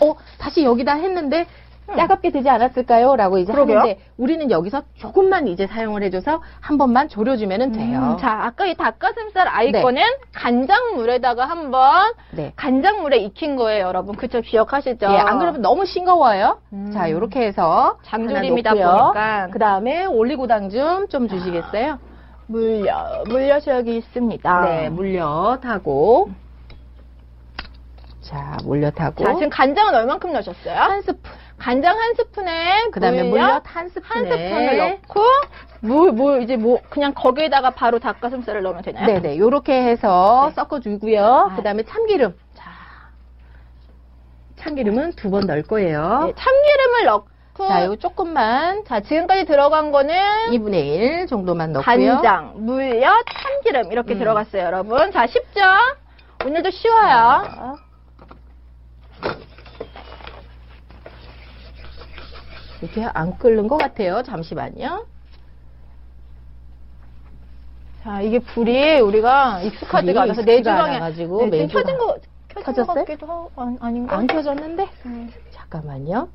S4: 어, 다시 여기다 했는데 따갑게 되지 않았을까요? 라고 이제
S3: 그러게요.
S4: 하는데 우리는 여기서 조금만 이제 사용을 해줘서 한 번만 졸여주면 돼요.
S3: 음, 자, 아까 이 닭가슴살
S4: 네.
S3: 아이콘은 간장물에다가 한번
S4: 네.
S3: 간장물에 익힌 거예요, 여러분. 그쵸? 기억하시죠?
S4: 예, 안 그러면 너무 싱거워요.
S3: 음.
S4: 자, 요렇게 해서
S3: 장조림이다
S4: 하나 넣고요.
S3: 보니까.
S4: 그다음에 올리고당 좀 좀 주시겠어요?
S3: 물엿, 물엿이 여기 있습니다.
S4: 네, 물엿하고 자, 물엿하고
S3: 자, 지금 간장은 얼만큼 넣으셨어요?
S4: 한 스푼.
S3: 간장 한 스푼에
S4: 그다음에 물엿 한
S3: 한
S4: 스푼에
S3: 스푼을 넣고 물, 물 이제 뭐 그냥 거기에다가 바로 닭가슴살을 넣으면 되나요?
S4: 네, 네. 요렇게 해서
S3: 네.
S4: 섞어 주고요. 그다음에 참기름. 아. 자. 참기름은 두 번 넣을 거예요.
S3: 네, 참기름을 넣고
S4: 네. 자, 요 조금만
S3: 자, 지금까지 들어간 거는
S4: 2분의 1 정도만 넣고요. 음.
S3: 간장, 물엿, 참기름 이렇게 들어갔어요, 여러분. 자, 쉽죠? 오늘도
S4: 아.
S3: 쉬워요.
S4: 이렇게 안 끓는 것 같아요. 잠시만요.
S3: 자, 이게 불이 우리가 익숙하지가
S4: 불이
S3: 않아서
S4: 익숙지가
S3: 내주방에
S4: 않아가지고
S3: 네, 지금
S4: 메뉴가-
S3: 켜진 거 켜진 것
S4: 켜졌어요?
S3: 같기도 하고 안- 아닌가?
S4: 안 켜졌는데?
S3: 음.
S4: 잠깐만요.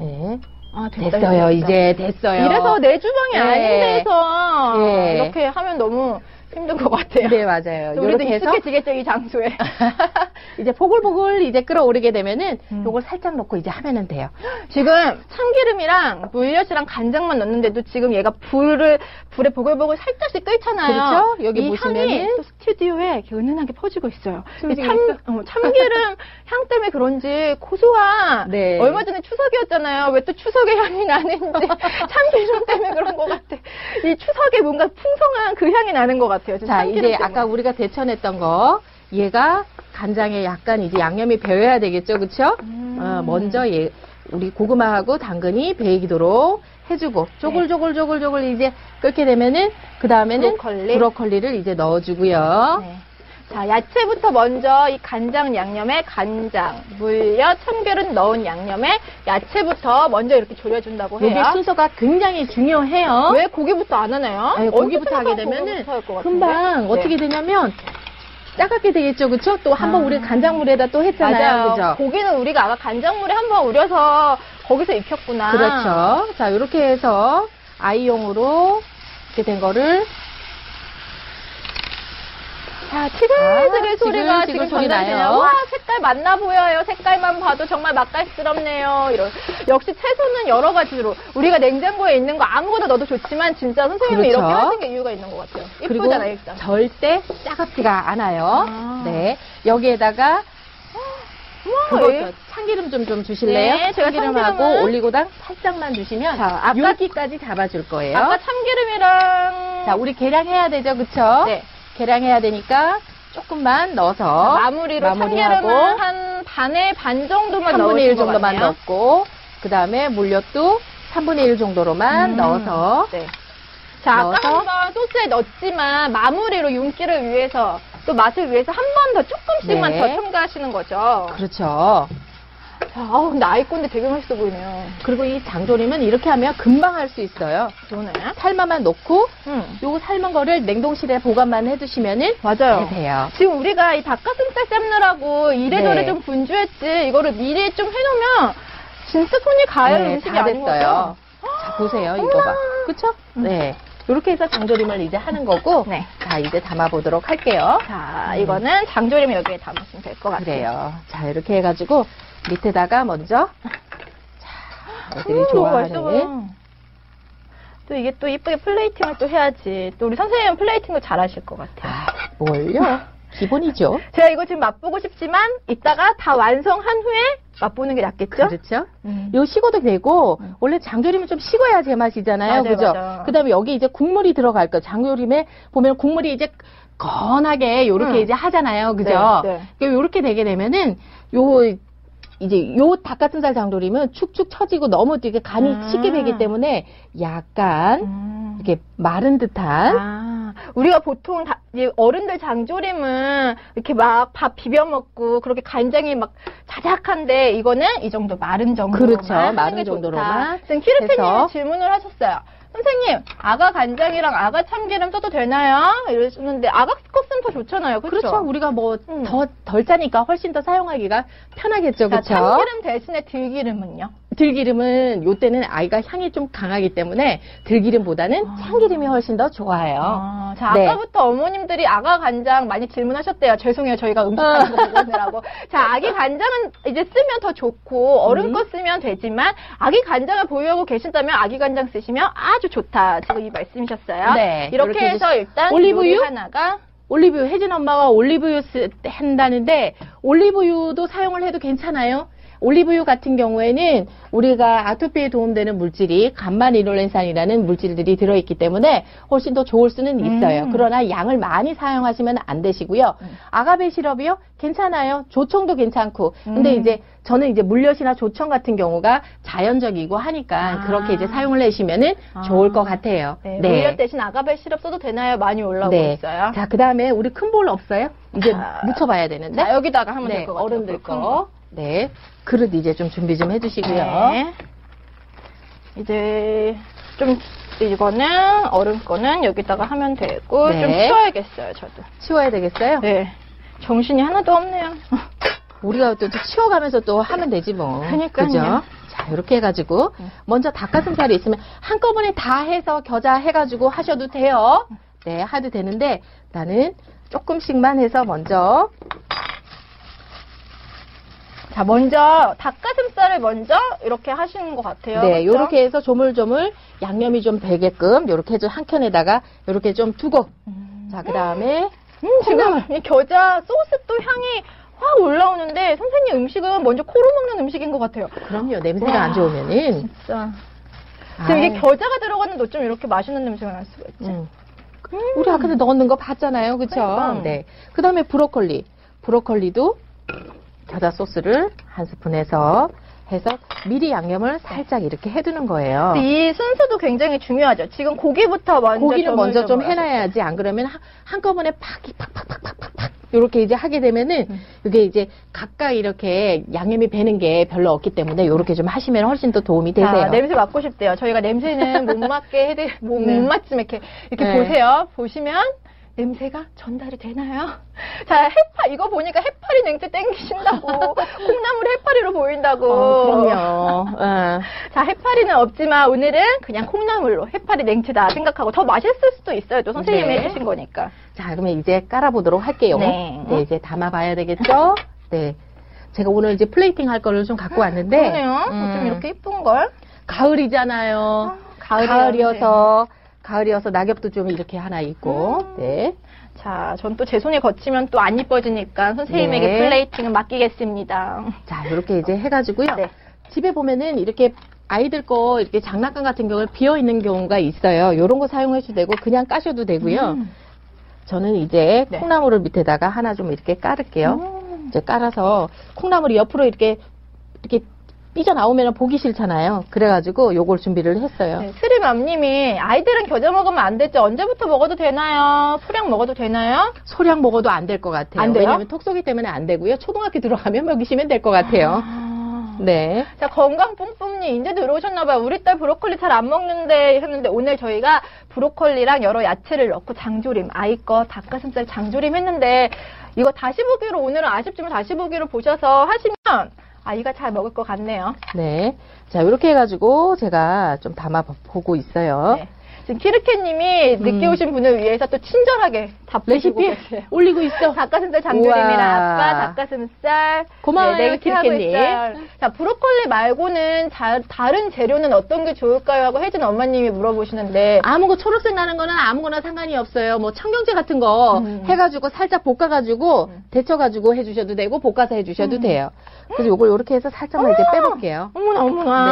S4: 예.
S3: 아, 됐다,
S4: 됐어요.
S3: 됐다.
S4: 이제 네, 됐어요.
S3: 이래서 내 주방이
S4: 예.
S3: 아닌데서
S4: 예.
S3: 이렇게 하면 너무 힘든 것 같아요.
S4: 네, 맞아요.
S3: 좀 우리도
S4: 요렇게 해서
S3: 익숙해지겠죠 이 장소에.
S4: 이제 보글보글 이제 끓어오르게 되면은
S3: 음.
S4: 요걸 살짝 넣고 이제 하면은 돼요.
S3: 지금 참기름이랑 물엿이랑 간장만 넣는데도 지금 얘가 불을 불에 보글보글 살짝씩 끓잖아요.
S4: 그렇죠? 여기
S3: 이 향이
S4: 보시면은.
S3: 또 스튜디오에 이렇게 은은하게 퍼지고 있어요. 이
S4: 숨쉬고
S3: 참, 어, 참기름 향 때문에 그런지 고소한
S4: 네.
S3: 얼마 전에 추석이었잖아요. 왜 또 추석의 향이 나는지 참기름 때문에 그런 것 같아. 이 추석에 뭔가 풍성한 그 향이 나는 것 같아요. 지금
S4: 자,
S3: 참기름
S4: 이제
S3: 때문에.
S4: 아까 우리가 어, 데쳐냈던 거 얘가 간장에 약간 이제 양념이 배어야 되겠죠, 그렇죠?
S3: 음.
S4: 어, 먼저 얘 우리 고구마하고 당근이 배이도록 해주고 조글조글조글조글 이제 끓게 되면은 그 다음에는
S3: 네. 브로콜리.
S4: 를 이제 넣어주고요.
S3: 네. 자, 야채부터 먼저 이 간장 양념에 간장, 물엿, 참기름 넣은 양념에 야채부터 먼저 이렇게 졸여준다고
S4: 이게
S3: 해요.
S4: 순서가 굉장히 중요해요.
S3: 왜 고기부터 안 하나요?
S4: 어? 아니,
S3: 언제
S4: 고기부터 하게
S3: 생각하면
S4: 되면은
S3: 고기부터 할것 같은데?
S4: 금방
S3: 네.
S4: 어떻게 되냐면 따갑게 되겠죠, 그렇죠? 또 한번
S3: 아.
S4: 우리 간장물에다 또 했잖아요,
S3: 맞아요.
S4: 그죠?
S3: 고기는 우리가 아까 간장물에 한번 우려서 거기서 익혔구나.
S4: 그렇죠. 자, 이렇게 해서 아이용으로 이렇게 된 거를
S3: 자, 치글치글
S4: 아,
S3: 소리가
S4: 지글지글
S3: 지금
S4: 소리
S3: 전달되네요.
S4: 나요.
S3: 와, 색깔 맞나 보여요. 색깔만 봐도 정말 맛깔스럽네요. 이런. 역시 채소는 여러 가지로 우리가 냉장고에 있는 거 아무거나 넣어도 좋지만 진짜 선생님이
S4: 그렇죠.
S3: 이렇게 하신 게 이유가 있는 것 같아요.
S4: 그리고
S3: 이쁘잖아요, 일단.
S4: 절대 짜갑지가 않아요.
S3: 아.
S4: 네. 여기에다가
S3: 우와,
S4: 그거
S3: 예.
S4: 저 참기름 좀 좀 주실래요?
S3: 네, 제가 참기름은-
S4: 참기름하고 올리고당 살짝만 주시면
S3: 자,
S4: 자, 여기까지 잡아줄 거예요.
S3: 아까 참기름이랑
S4: 자, 우리 계량 해야 되죠, 그쵸?
S3: 네.
S4: 계량 해야 되니까 조금만 넣어서
S3: 아, 마무리로
S4: 마무리하고
S3: 참기름을 한 반에 반 정도만
S4: 3분의
S3: 넣으신
S4: 1
S3: 것
S4: 정도만
S3: 같네요.
S4: 넣고 그 다음에 물엿도 3분의 1 정도로만
S3: 음.
S4: 넣어서
S3: 네. 자, 아까
S4: 넣어서.
S3: 한 번 소스에 넣었지만 마무리로 윤기를 위해서 또 맛을 위해서 한 번 더 조금씩만
S4: 네.
S3: 더 첨가하시는 거죠.
S4: 그렇죠.
S3: 자, 아우, 근데 아이콘데 되게 맛있어 보이네요.
S4: 그리고 이 장조림은 이렇게 하면 금방 할 수 있어요.
S3: 그러네.
S4: 삶아만 놓고
S3: 음.
S4: 요 삶은 거를 냉동실에 보관만 해두시면은
S3: 맞아요.
S4: 돼요.
S3: 지금 우리가 이 닭가슴살 삶느라고 이래저래
S4: 네.
S3: 좀 분주했지 이거를 미리 좀 해놓으면 진짜 손이 가요
S4: 네,
S3: 음식이
S4: 다
S3: 아닌 거죠.
S4: 됐어요. 자 보세요 이거 봐. 그쵸?
S3: 음.
S4: 네. 이렇게 해서 장조림을 이제 하는 거고
S3: 네.
S4: 자 이제 담아보도록 할게요.
S3: 자, 이거는 장조림 여기에 담으시면 될 것 같아요.
S4: 그래요. 자 이렇게 해가지고 밑에다가 먼저 자 애들이
S3: 음, 너무 맛있어
S4: 좋아하는
S3: 보여. 또 이게 또 이쁘게 플레이팅을 또 해야지. 또 우리 선생님은 플레이팅도 잘하실 것 같아요.
S4: 아 뭘요? 기본이죠.
S3: 제가 이거 지금 맛보고 싶지만 이따가 다 완성한 후에 맛보는 게 낫겠죠?
S4: 그렇죠?
S3: 음.
S4: 요 식어도 되고 원래 장조림은 좀 식어야 제맛이잖아요.
S3: 맞아요,
S4: 그죠?
S3: 맞아요.
S4: 그다음에 여기 이제 국물이 들어갈 거. 장조림에 보면 국물이 이제 건하게 요렇게
S3: 음.
S4: 이제 하잖아요. 그죠?
S3: 네, 네.
S4: 그러니까 요렇게 되게 되면은 요 이제 요 닭가슴살 장조림은 축축 처지고 너무 되게 간이
S3: 음.
S4: 쉽게 배기 때문에 약간
S3: 음.
S4: 이렇게 마른 듯한
S3: 아, 우리가 보통 다- 이제 어른들 장조림은 이렇게 막 밥 비벼 먹고 그렇게 간장이 막 자작한데 이거는 이 정도 마른 정도로만
S4: 그렇죠.
S3: 하는
S4: 마른
S3: 게 좋다.
S4: 정도로만
S3: 지금 키르페님이
S4: 해서.
S3: 질문을 하셨어요. 선생님, 아가 간장이랑 아가 참기름 써도 되나요? 이러셨는데 아가 컵 쓰면 더 좋잖아요. 그렇죠?
S4: 그렇죠. 우리가 뭐
S3: 음.
S4: 더 덜 짜니까 훨씬 더 사용하기가 편하겠죠.
S3: 자,
S4: 그렇죠?
S3: 참기름 대신에 들기름은요?
S4: 들기름은 요때는 아이가 향이 좀 강하기 때문에 들기름보다는 참기름이 훨씬 더 좋아요.
S3: 아, 자,
S4: 네.
S3: 아까부터 어머님들이 아가 간장 많이 질문하셨대요. 죄송해요. 저희가 음식하는 거 보느라고. 자, 아기 간장은 이제 쓰면 더 좋고,
S4: 음.
S3: 어른 거 쓰면 되지만, 아기 간장을 보유하고 계신다면 아기 간장 쓰시면 아주 좋다. 지금 이 말씀이셨어요.
S4: 네,
S3: 이렇게,
S4: 이렇게
S3: 해서 일단
S4: 올리브유?
S3: 요리 하나가
S4: 올리브유 혜진 엄마가 올리브유 쓰, 한다는데 올리브유도 사용을 해도 괜찮아요. 올리브유 같은 경우에는 우리가 아토피에 도움되는 물질이 간만 이놀렌산이라는 물질들이 들어있기 때문에 훨씬 더 좋을
S3: 음.
S4: 수는 있어요. 그러나 양을 많이 사용하시면 안 되시고요.
S3: 음.
S4: 아가베 시럽이요? 괜찮아요. 조청도 괜찮고. 근데
S3: 음.
S4: 이제 저는 이제 물엿이나 조청 같은 경우가 자연적이고 하니까 그렇게 이제 사용을 하시면은 좋을 것 같아요.
S3: 아. 네, 물엿 대신 아가베 시럽 써도 되나요? 많이 올라오고 있어요.
S4: 자, 그 다음에 우리 큰 볼 없어요? 이제
S3: 자,
S4: 묻혀봐야 되는데.
S3: 자, 여기다가 하면
S4: 네,
S3: 될 것 같아요.
S4: 어른들
S3: 큰
S4: 거. 네. 그릇 이제 좀 준비 좀 해주시고요.
S3: 네. 이제 좀 이거는 어른 거는 여기다가 하면 되고
S4: 네.
S3: 좀 치워야겠어요 저도.
S4: 치워야 되겠어요?
S3: 네. 정신이 하나도 없네요.
S4: 우리가 또, 또 치워가면서 또 하면 되지 뭐.
S3: 그러니까요. 네.
S4: 그죠? 자, 이렇게 해가지고 먼저 닭가슴살이 있으면 한꺼번에 다 해서 겨자 해가지고 하셔도 돼요. 네, 하도 되는데 나는 조금씩만 해서 먼저
S3: 자, 먼저 닭가슴살을 먼저 이렇게 하시는 것 같아요.
S4: 네,
S3: 그렇죠?
S4: 요렇게 해서 조물조물 양념이 좀 배게끔 요렇게 해서 한 켠에다가 요렇게 좀 두고 자, 그다음에
S3: 음, 지금 이 겨자 소스 또 향이 확 올라오는데 선생님 음식은 먼저 코로 먹는 음식인 것 같아요.
S4: 그럼요. 냄새가 안 좋으면은
S3: 진짜. 지금 이게
S4: 아유.
S3: 겨자가 들어가는 어쩜 이렇게 맛있는 냄새가 날 수가 있지?
S4: 음. 우리 아까도 넣는 거 봤잖아요. 그쵸?
S3: 그러니까.
S4: 네. 그 다음에 브로콜리. 브로콜리도 겨자 소스를 한 스푼 해서 해서 미리 양념을 살짝 이렇게 해두는 거예요.
S3: 근데 이 순서도 굉장히 중요하죠. 지금 고기부터 먼저
S4: 음. 고기를
S3: 점을
S4: 먼저 좀
S3: 줘봐요.
S4: 해놔야지 안 그러면 한- 한꺼번에 팍, 팍, 팍, 팍, 팍, 팍, 팍 이렇게 이제 하게 되면은
S3: 음.
S4: 이게 이제 가까이 이렇게 양념이 배는 게 별로 없기 때문에 이렇게 좀 하시면 훨씬 더 도움이 되세요.
S3: 자, 냄새 맡고 싶대요. 저희가 냄새는 못 맡게 해드, 못,
S4: 네.
S3: 못 맡지만 이렇게, 이렇게
S4: 네.
S3: 보세요. 보시면 냄새가 전달이 되나요? 자, 해파, 이거 보니까 해파리 냄새 땡기신다고. 콩나물 해파리로 보인다고.
S4: 어, 그럼요. 예.
S3: 자, 해파리는 없지만 오늘은 그냥 콩나물로 해파리 냉채다 생각하고 더 맛있을 수도 있어요. 또 선생님이
S4: 네.
S3: 해주신 거니까.
S4: 자, 그러면 이제 깔아보도록 할게요.
S3: 네.
S4: 이제 담아봐야 되겠죠? 네. 제가 오늘 이제 플레이팅 할 거를 좀 갖고 왔는데.
S3: 그러네요.
S4: 음,
S3: 어쩜 이렇게 예쁜 걸?
S4: 가을이잖아요.
S3: 가을이
S4: 가을이어서,
S3: 네.
S4: 가을이어서 낙엽도 좀 이렇게 하나 있고.
S3: 음.
S4: 네.
S3: 자, 전 또 제 손이 거치면 또 안 이뻐지니까 선생님에게
S4: 네.
S3: 플레이팅은 맡기겠습니다.
S4: 자, 이렇게 이제 해가지고요.
S3: 네.
S4: 집에 보면은 이렇게 아이들 거 이렇게 장난감 같은 경우 비어 있는 경우가 있어요. 요런 거 사용해도 되고 그냥 까셔도 되고요. 저는 이제
S3: 음. 네. 음.
S4: 콩나물을 밑에다가 하나 좀 이렇게 깔을게요. 이제 깔아서 콩나물이 옆으로 이렇게 이렇게 삐져 나오면 보기 싫잖아요. 그래가지고 요걸 준비를 했어요.
S3: 네, 스리맘님이 아이들은 겨자 먹으면 안 됐죠. 언제부터 먹어도 되나요? 소량 먹어도 되나요?
S4: 소량 먹어도 안 될 것 같아요.
S3: 안 돼요?
S4: 왜냐면 톡쏘기 때문에 안 되고요. 초등학교 들어가면 먹이시면 될 것 같아요. 네.
S3: 자 건강 뿜뿜님 이제 들어오셨나봐요. 우리 딸 브로콜리 잘 안 먹는데 했는데 오늘 저희가 브로콜리랑 여러 야채를 넣고 장조림 아이 거 닭가슴살 장조림 했는데 이거 다시 보기로 오늘은 아쉽지만 다시 보기로 보셔서 하시면 아이가 잘 먹을 것 같네요.
S4: 네. 자, 이렇게 해가지고 제가 좀 담아보고 있어요.
S3: 네. 지금 키르케님이 늦게
S4: 음.
S3: 오신 분을 위해서 또 친절하게 답해주고
S4: 레시피
S3: 계세요.
S4: 올리고 있어.
S3: 닭가슴살 장조림이랑
S4: 우와.
S3: 아빠 닭가슴살
S4: 고마워요,
S3: 네, 이렇게 하고
S4: 키르케님.
S3: 있어요. 자 브로콜리 말고는 자- 다른 재료는 어떤 게 좋을까요? 하고 혜진 엄마님이 물어보시는데
S4: 아무 거 초록색 나는 거는 아무거나 상관이 없어요. 뭐 청경채 같은 거
S3: 음.
S4: 해가지고 살짝 볶아가지고 데쳐가지고 해주셔도 되고 볶아서 해주셔도
S3: 음.
S4: 돼요. 그래서 요걸 이렇게 해서 살짝만 이제 빼볼게요.
S3: 어머나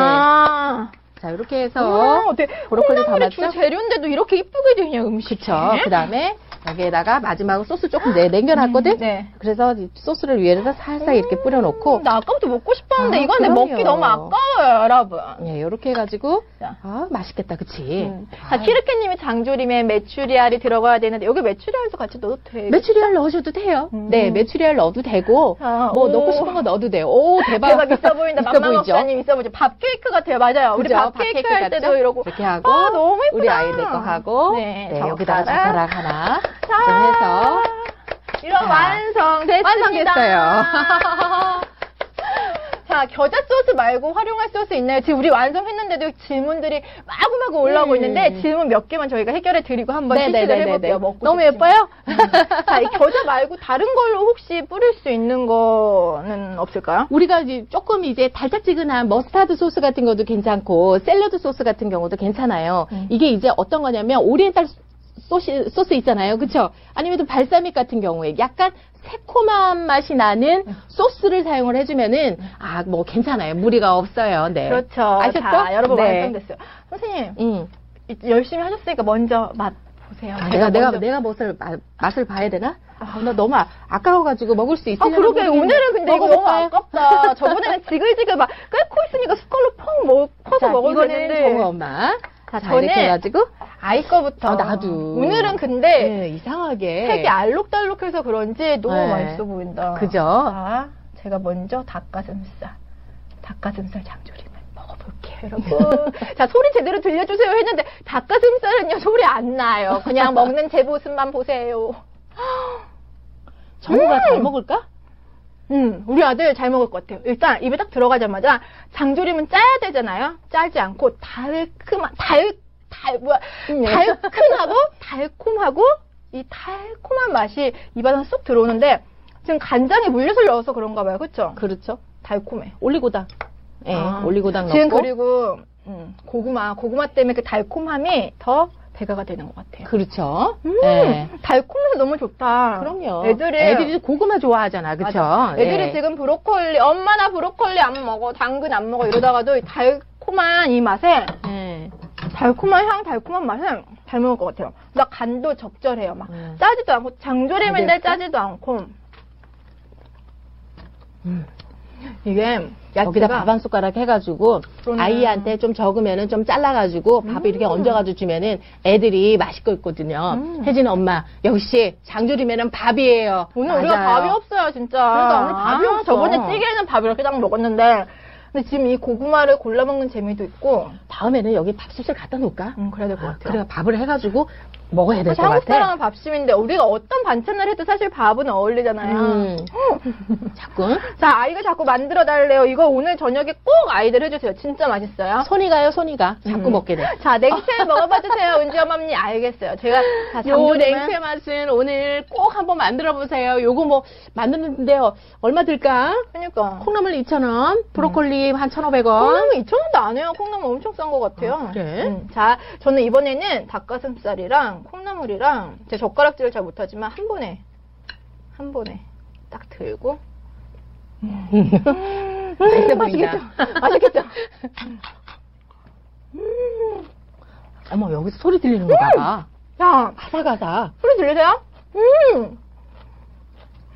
S3: 어머나
S4: 자 이렇게
S3: 네. 어머나,
S4: 해서
S3: 어떻게
S4: 브로콜리
S3: 콩나물이 주
S4: 담았죠?
S3: 재료인데도 이렇게 이쁘게 되냐 음식
S4: 그쵸. 그 다음에 여기에다가 마지막으로 소스 조금 내 남겨놨거든.
S3: 네. 음.
S4: 그래서 이 소스를 위에다 살짝 이렇게 뿌려놓고
S3: 나 아까부터 먹고 싶었는데
S4: 아,
S3: 이건 근데 먹기
S4: 그럼요.
S3: 너무 아까워요 여러분
S4: 예, 요렇게 해가지고
S3: 자. 음.
S4: 아 맛있겠다, 그치? 아,
S3: 자 키르케님이 장조림에 메추리알이 들어가야 되는데 여기 메추리알도 같이 넣어도 돼요?
S4: 메추리알 넣으셔도 돼요.
S3: 음.
S4: 네, 메추리알 넣어도 되고
S3: 아,
S4: 뭐
S3: 오.
S4: 넣고 싶은 거 넣어도 돼요. 오 대박.
S3: 대박 있어 보인다.
S4: 있어
S3: 맘마
S4: 보이죠?
S3: 목사님 있어 보이죠. 밥 케이크 같아요. 맞아요. 우리
S4: 그죠?
S3: 밥 케이크 할
S4: 같죠?
S3: 때도 이러고.
S4: 이렇게 하고
S3: 아, 너무 예쁘다.
S4: 우리 아이들 거 하고
S3: 네,
S4: 네,
S3: 젓가락.
S4: 여기다가 젓가락 하나 좀
S3: 자,
S4: 해서
S3: 이런
S4: 자,
S3: 완성 됐습니다.
S4: 완성됐어요.
S3: 자, 겨자 소스 말고 활용할 소스 있나요? 지금 우리 완성했는데도 질문들이 마구마구 올라오고
S4: 음.
S3: 있는데 질문 몇 개만 저희가 해결해 드리고 한번 시식을
S4: 네네네네네.
S3: 해볼게요. 먹고
S4: 너무
S3: 싶지만.
S4: 예뻐요?
S3: 자, 이 겨자 말고 다른 걸로 혹시 뿌릴 수 있는 거는 없을까요?
S4: 우리가 이제 조금 이제 달짝지근한 머스타드 소스 같은 것도 괜찮고 샐러드 소스 같은 경우도 괜찮아요.
S3: 음.
S4: 이게 이제 어떤 거냐면 오리엔탈 소시, 소스 있잖아요. 그쵸? 아니면 또 발사믹 같은 경우에 약간 새콤한 맛이 나는
S3: 음.
S4: 소스를 사용을 해주면은 아 뭐 괜찮아요. 무리가 없어요. 네.
S3: 그렇죠.
S4: 아셨죠?
S3: 자, 여러분
S4: 네.
S3: 완성됐어요. 선생님,
S4: 음.
S3: 이- 열심히 하셨으니까 먼저 맛 보세요.
S4: 아, 내가 내가
S3: 먼저-
S4: 내가 맛을 마- 맛을 봐야 되나? 아, 나 너무 아- 아까워가지고 먹을 수
S3: 아
S4: 있을까?
S3: 그러게 오늘은 근데 이거 너무
S4: 먹어볼까요?
S3: 아깝다. 저번에는 지글지글 막 끓고 있으니까 숟갈로 펑 먹, 퍼서
S4: 자,
S3: 먹어도
S4: 이거는 정우
S3: 되는데
S4: 엄마. 자,
S3: 저는
S4: 이렇게 해가지고
S3: 아이 거부터.
S4: 아, 나도.
S3: 오늘은 근데
S4: 네, 이상하게
S3: 색이 알록달록해서 그런지 너무
S4: 네.
S3: 맛있어 보인다.
S4: 그죠?
S3: 자, 제가 먼저 닭가슴살, 닭가슴살 장조림을 먹어볼게요, 여러분. 자, 소리 제대로 들려주세요 했는데 닭가슴살은요 소리 안 나요. 그냥 먹는 제 모습만 보세요.
S4: 정우가 잘 먹을까?
S3: 음, 우리 아들 잘 먹을 것 같아요. 일단 입에 딱 들어가자마자 장조림은 짜야 되잖아요. 짜지 않고 달큼한 달달 뭐야
S4: 음.
S3: 달큰하고 달콤하고 이 달콤한 맛이 입안에 쏙 들어오는데 지금 간장에 물엿을 넣어서 그런가 봐요, 그렇죠?
S4: 그렇죠.
S3: 달콤해.
S4: 올리고당. 예,
S3: 아,
S4: 올리고당 넣고.
S3: 지금 그리고 음, 고구마 고구마 때문에 그 달콤함이 더 배가가 되는 것 같아요.
S4: 그렇죠.
S3: 음,
S4: 예.
S3: 달콤해서 너무 좋다.
S4: 그럼요.
S3: 애들이
S4: 애들이 고구마 좋아하잖아. 그렇죠?
S3: 애들이
S4: 예.
S3: 지금 브로콜리, 엄마 나 브로콜리 안 먹어, 당근 안 먹어 이러다가도 이 달콤한 이 맛에,
S4: 예.
S3: 달콤한 향, 달콤한 맛에 잘 먹을 것 같아요. 나 간도 적절해요. 막
S4: 음.
S3: 짜지도 않고, 장조림인데 짜지도 않고.
S4: 음.
S3: 이게
S4: 여기다 밥
S3: 야채가
S4: 한 숟가락 해가지고
S3: 그러네.
S4: 아이한테 좀 적으면은 좀 잘라가지고 밥에 이렇게 얹어가지고 주면은 애들이 맛있고 있거든요. 혜진 엄마 역시 장조림에는 밥이에요.
S3: 오늘 우리가
S4: 맞아요.
S3: 밥이 없어요, 진짜.
S4: 그러니까 오늘 밥이
S3: 아,
S4: 없어.
S3: 저번에 찌개는 밥 이렇게 딱 먹었는데, 근데 지금 이 고구마를 골라 먹는 재미도 있고,
S4: 다음에는 여기 밥솥을 갖다 놓을까?
S3: 음, 그래야 될 것 같아요.
S4: 그래 밥을 해가지고 먹어야 될 것
S3: 사실 한국
S4: 같아.
S3: 사람은 밥심인데 우리가 어떤 반찬을 해도 사실 밥은 어울리잖아요.
S4: 음. 자꾸
S3: 자, 아이가 자꾸 만들어 달래요. 이거 오늘 저녁에 꼭 아이들 해주세요. 진짜 맛있어요.
S4: 손이 가요 손이 가 자꾸
S3: 음.
S4: 먹게 돼.
S3: 자, 냉채 먹어봐 주세요. 은지 어머니 알겠어요. 제가 자,
S4: 요
S3: 장조림은-
S4: 냉채 맛은 오늘 꼭 한번 만들어 보세요. 요거 뭐 만드는데요 얼마 들까?
S3: 그러니까.
S4: 콩나물 2,000원, 브로콜리 한 1,500원.
S3: 콩나물 2,000원도 안 해요. 콩나물 엄청 싼 것 같아요.
S4: 아, 그래?
S3: 음, 자, 저는 이번에는 닭가슴살이랑 콩나물이랑 제가 젓가락질을 잘 못하지만 한 번에 한 번에 딱 들고 음.
S4: 맛있어 보인다.
S3: 맛있겠죠?
S4: 어머 여기서 소리 들리는 거 봐봐.
S3: 야,
S4: 아삭아삭.
S3: 소리 들리세요? 음.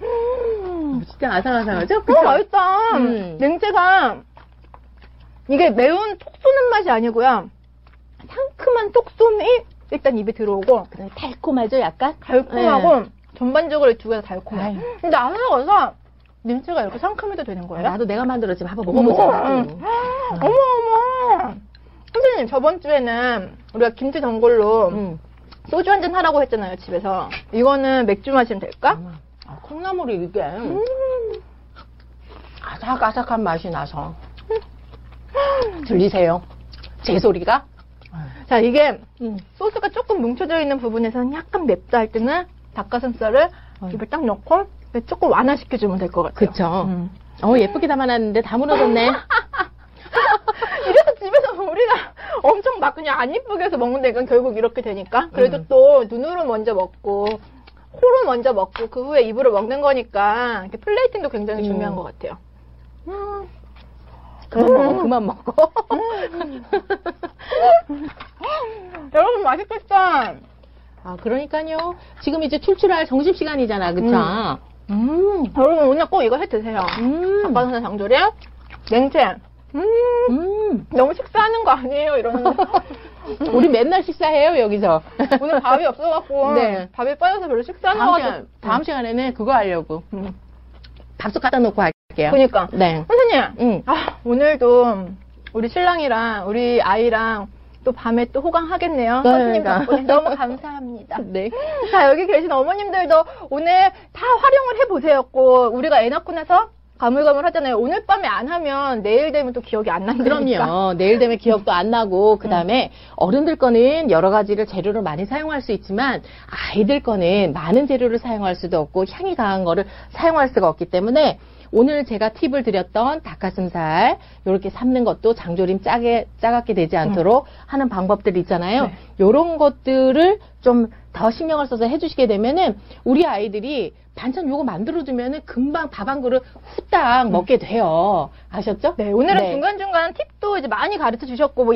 S4: 음, 진짜 아삭아삭하죠?
S3: 어, 맛있다.
S4: 음.
S3: 냉채가 이게 매운 톡 쏘는 맛이 아니고요. 상큼한 톡쏨이 일단 입에 들어오고
S4: 그래, 네, 달콤하죠 약간?
S3: 달콤하고 전반적으로 이 두 개가 달콤해.
S4: 네. 아유.
S3: 근데 안먹어서 냉채가 이렇게 상큼해도 되는
S4: 네.
S3: 거예요?
S4: 나도 내가 만들었지만 한번
S3: 어머,
S4: 먹어보자.
S3: 음. 어머 어머. 선생님 저번 주에는 우리가 김치 전골로
S4: 음.
S3: 소주 한 잔 하라고 했잖아요 집에서. 이거는 맥주 마시면 될까?
S4: 아, 콩나물이 이게 아삭아삭한 맛이 나서 음, 들리세요? 제 소리가?
S3: 자 이게
S4: 음.
S3: 소스가 조금 뭉쳐져 있는 부분에서는 약간 맵다 할 때는 닭가슴살을 입에 딱 넣고 네, 조금 완화시켜주면 될 것 같아요.
S4: 그쵸.
S3: 음.
S4: 어 예쁘게 담아놨는데 다 무너졌네.
S3: 이래서 집에서 우리가 엄청 막 그냥 안 이쁘게 해서 먹는데 이건 결국 이렇게 되니까 그래도
S4: 음.
S3: 또 눈으로 먼저 먹고 코로 먼저 먹고 그 후에 입으로 먹는 거니까 이렇게 플레이팅도 굉장히
S4: 음.
S3: 중요한 것 같아요.
S4: 그만 먹어, 그만 먹어. 음.
S3: 여러분 맛있겠다.
S4: 아 그러니까요. 지금 이제 출출할 점심 시간이잖아, 그쵸? 음.
S3: 여러분 오늘 꼭 이거 해 드세요.
S4: 음.
S3: 닭가슴살 장조림, 냉채. 음,
S4: 음.
S3: 너무 식사하는 거 아니에요 이러는데.
S4: 우리 맨날 식사해요 여기서.
S3: 오늘 밥이 없어갖고
S4: 네.
S3: 밥에 빠져서 별로 식사하는 거
S4: 다음,
S3: 같아.
S4: 시간, 다음 시간에는 그거 하려고.
S3: 음.
S4: 밥솥 갖다 놓고 할게요.
S3: 그러니까
S4: 네.
S3: 선생님,
S4: 응.
S3: 아, 오늘도 우리 신랑이랑 우리 아이랑 또 밤에 또 호강하겠네요.
S4: 네,
S3: 선생님
S4: 그러니까.
S3: 덕분에 너무 감사합니다.
S4: 네.
S3: 자 여기 계신 어머님들도 오늘 다 활용을 해보세요. 꼭 우리가 애 낳고 나서 가물가물 하잖아요. 오늘 밤에 안 하면 내일 되면 또 기억이 안 난다니까.
S4: 그럼요. 내일 되면 기억도 안 나고 그다음에 어른들 거는 여러 가지를 재료를 많이 사용할 수 있지만 아이들 거는 많은 재료를 사용할 수도 없고 향이 강한 거를 사용할 수가 없기 때문에 오늘 제가 팁을 드렸던 닭가슴살 이렇게 삶는 것도 장조림 짜게 짜갑게 되지
S3: 음.
S4: 않도록 하는 방법들 있잖아요.
S3: 네.
S4: 이런 것들을 좀 더 신경을 써서 해주시게 되면은 우리 아이들이 반찬 요거 만들어주면은 금방 밥 한 그릇 후딱 먹게 돼요. 아셨죠?
S3: 음. 네, 오늘은
S4: 네.
S3: 중간중간 팁도 이제 많이 가르쳐 주셨고 뭐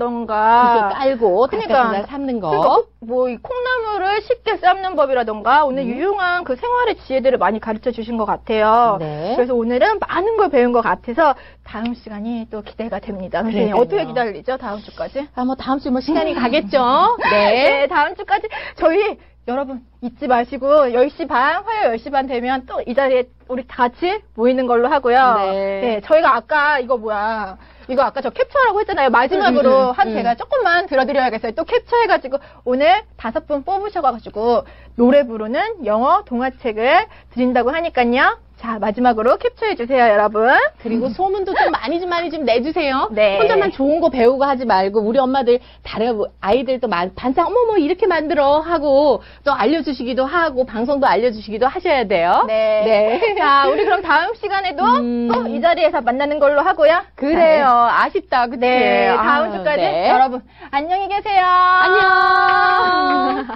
S4: 이렇게
S3: 양파라던가
S4: 깔고
S3: 그러니까.
S4: 닭가슴살 삶는 거.
S3: 그러니까 뭐 이 콩나물을 쉽게 삶는 법이라던가
S4: 음.
S3: 오늘 유용한 그 생활의 지혜들을 많이 가르쳐 주신 것 같아요.
S4: 네.
S3: 그래서 오늘은 많은 걸 배운 것 같아서 다음 시간이 또 기대가 됩니다. 선생님
S4: 그러니까요.
S3: 어떻게 기다리죠? 다음 주까지?
S4: 아, 뭐 다음 주 뭐 시간이 가겠죠. 네.
S3: 네, 다음 주까지 저희 여러분 잊지 마시고 10시 반, 화요일 10시 반 되면 또 이 자리에 우리 다 같이 모이는 걸로 하고요.
S4: 네.
S3: 저희가 아까 이거 뭐야. 이거 아까 저 캡처하라고 했잖아요. 마지막으로
S4: 음, 음,
S3: 한
S4: 음.
S3: 제가 조금만 들어드려야겠어요. 또 캡처해가지고 오늘 다섯 분 뽑으셔가지고 노래 부르는 영어 동화책을 드린다고 하니까요. 자, 마지막으로 캡처해주세요, 여러분.
S4: 그리고 소문도 좀 많이 좀 많이 좀 내주세요.
S3: 네.
S4: 혼자만 좋은 거 배우고 하지 말고 우리 엄마들 다른 뭐 아이들도 만- 반찬 어머 뭐 이렇게 만들어 하고 또 알려주시기도 하고 방송도 알려주시기도 하셔야 돼요.
S3: 네. 자, 우리 그럼 다음 시간에도
S4: 음.
S3: 또 이 자리에서 만나는 걸로 하고요.
S4: 그래요. 아쉽다. 그치?
S3: 네, 다음
S4: 예, 아유,
S3: 주까지
S4: 네.
S3: 여러분 안녕히 계세요.
S4: 안녕.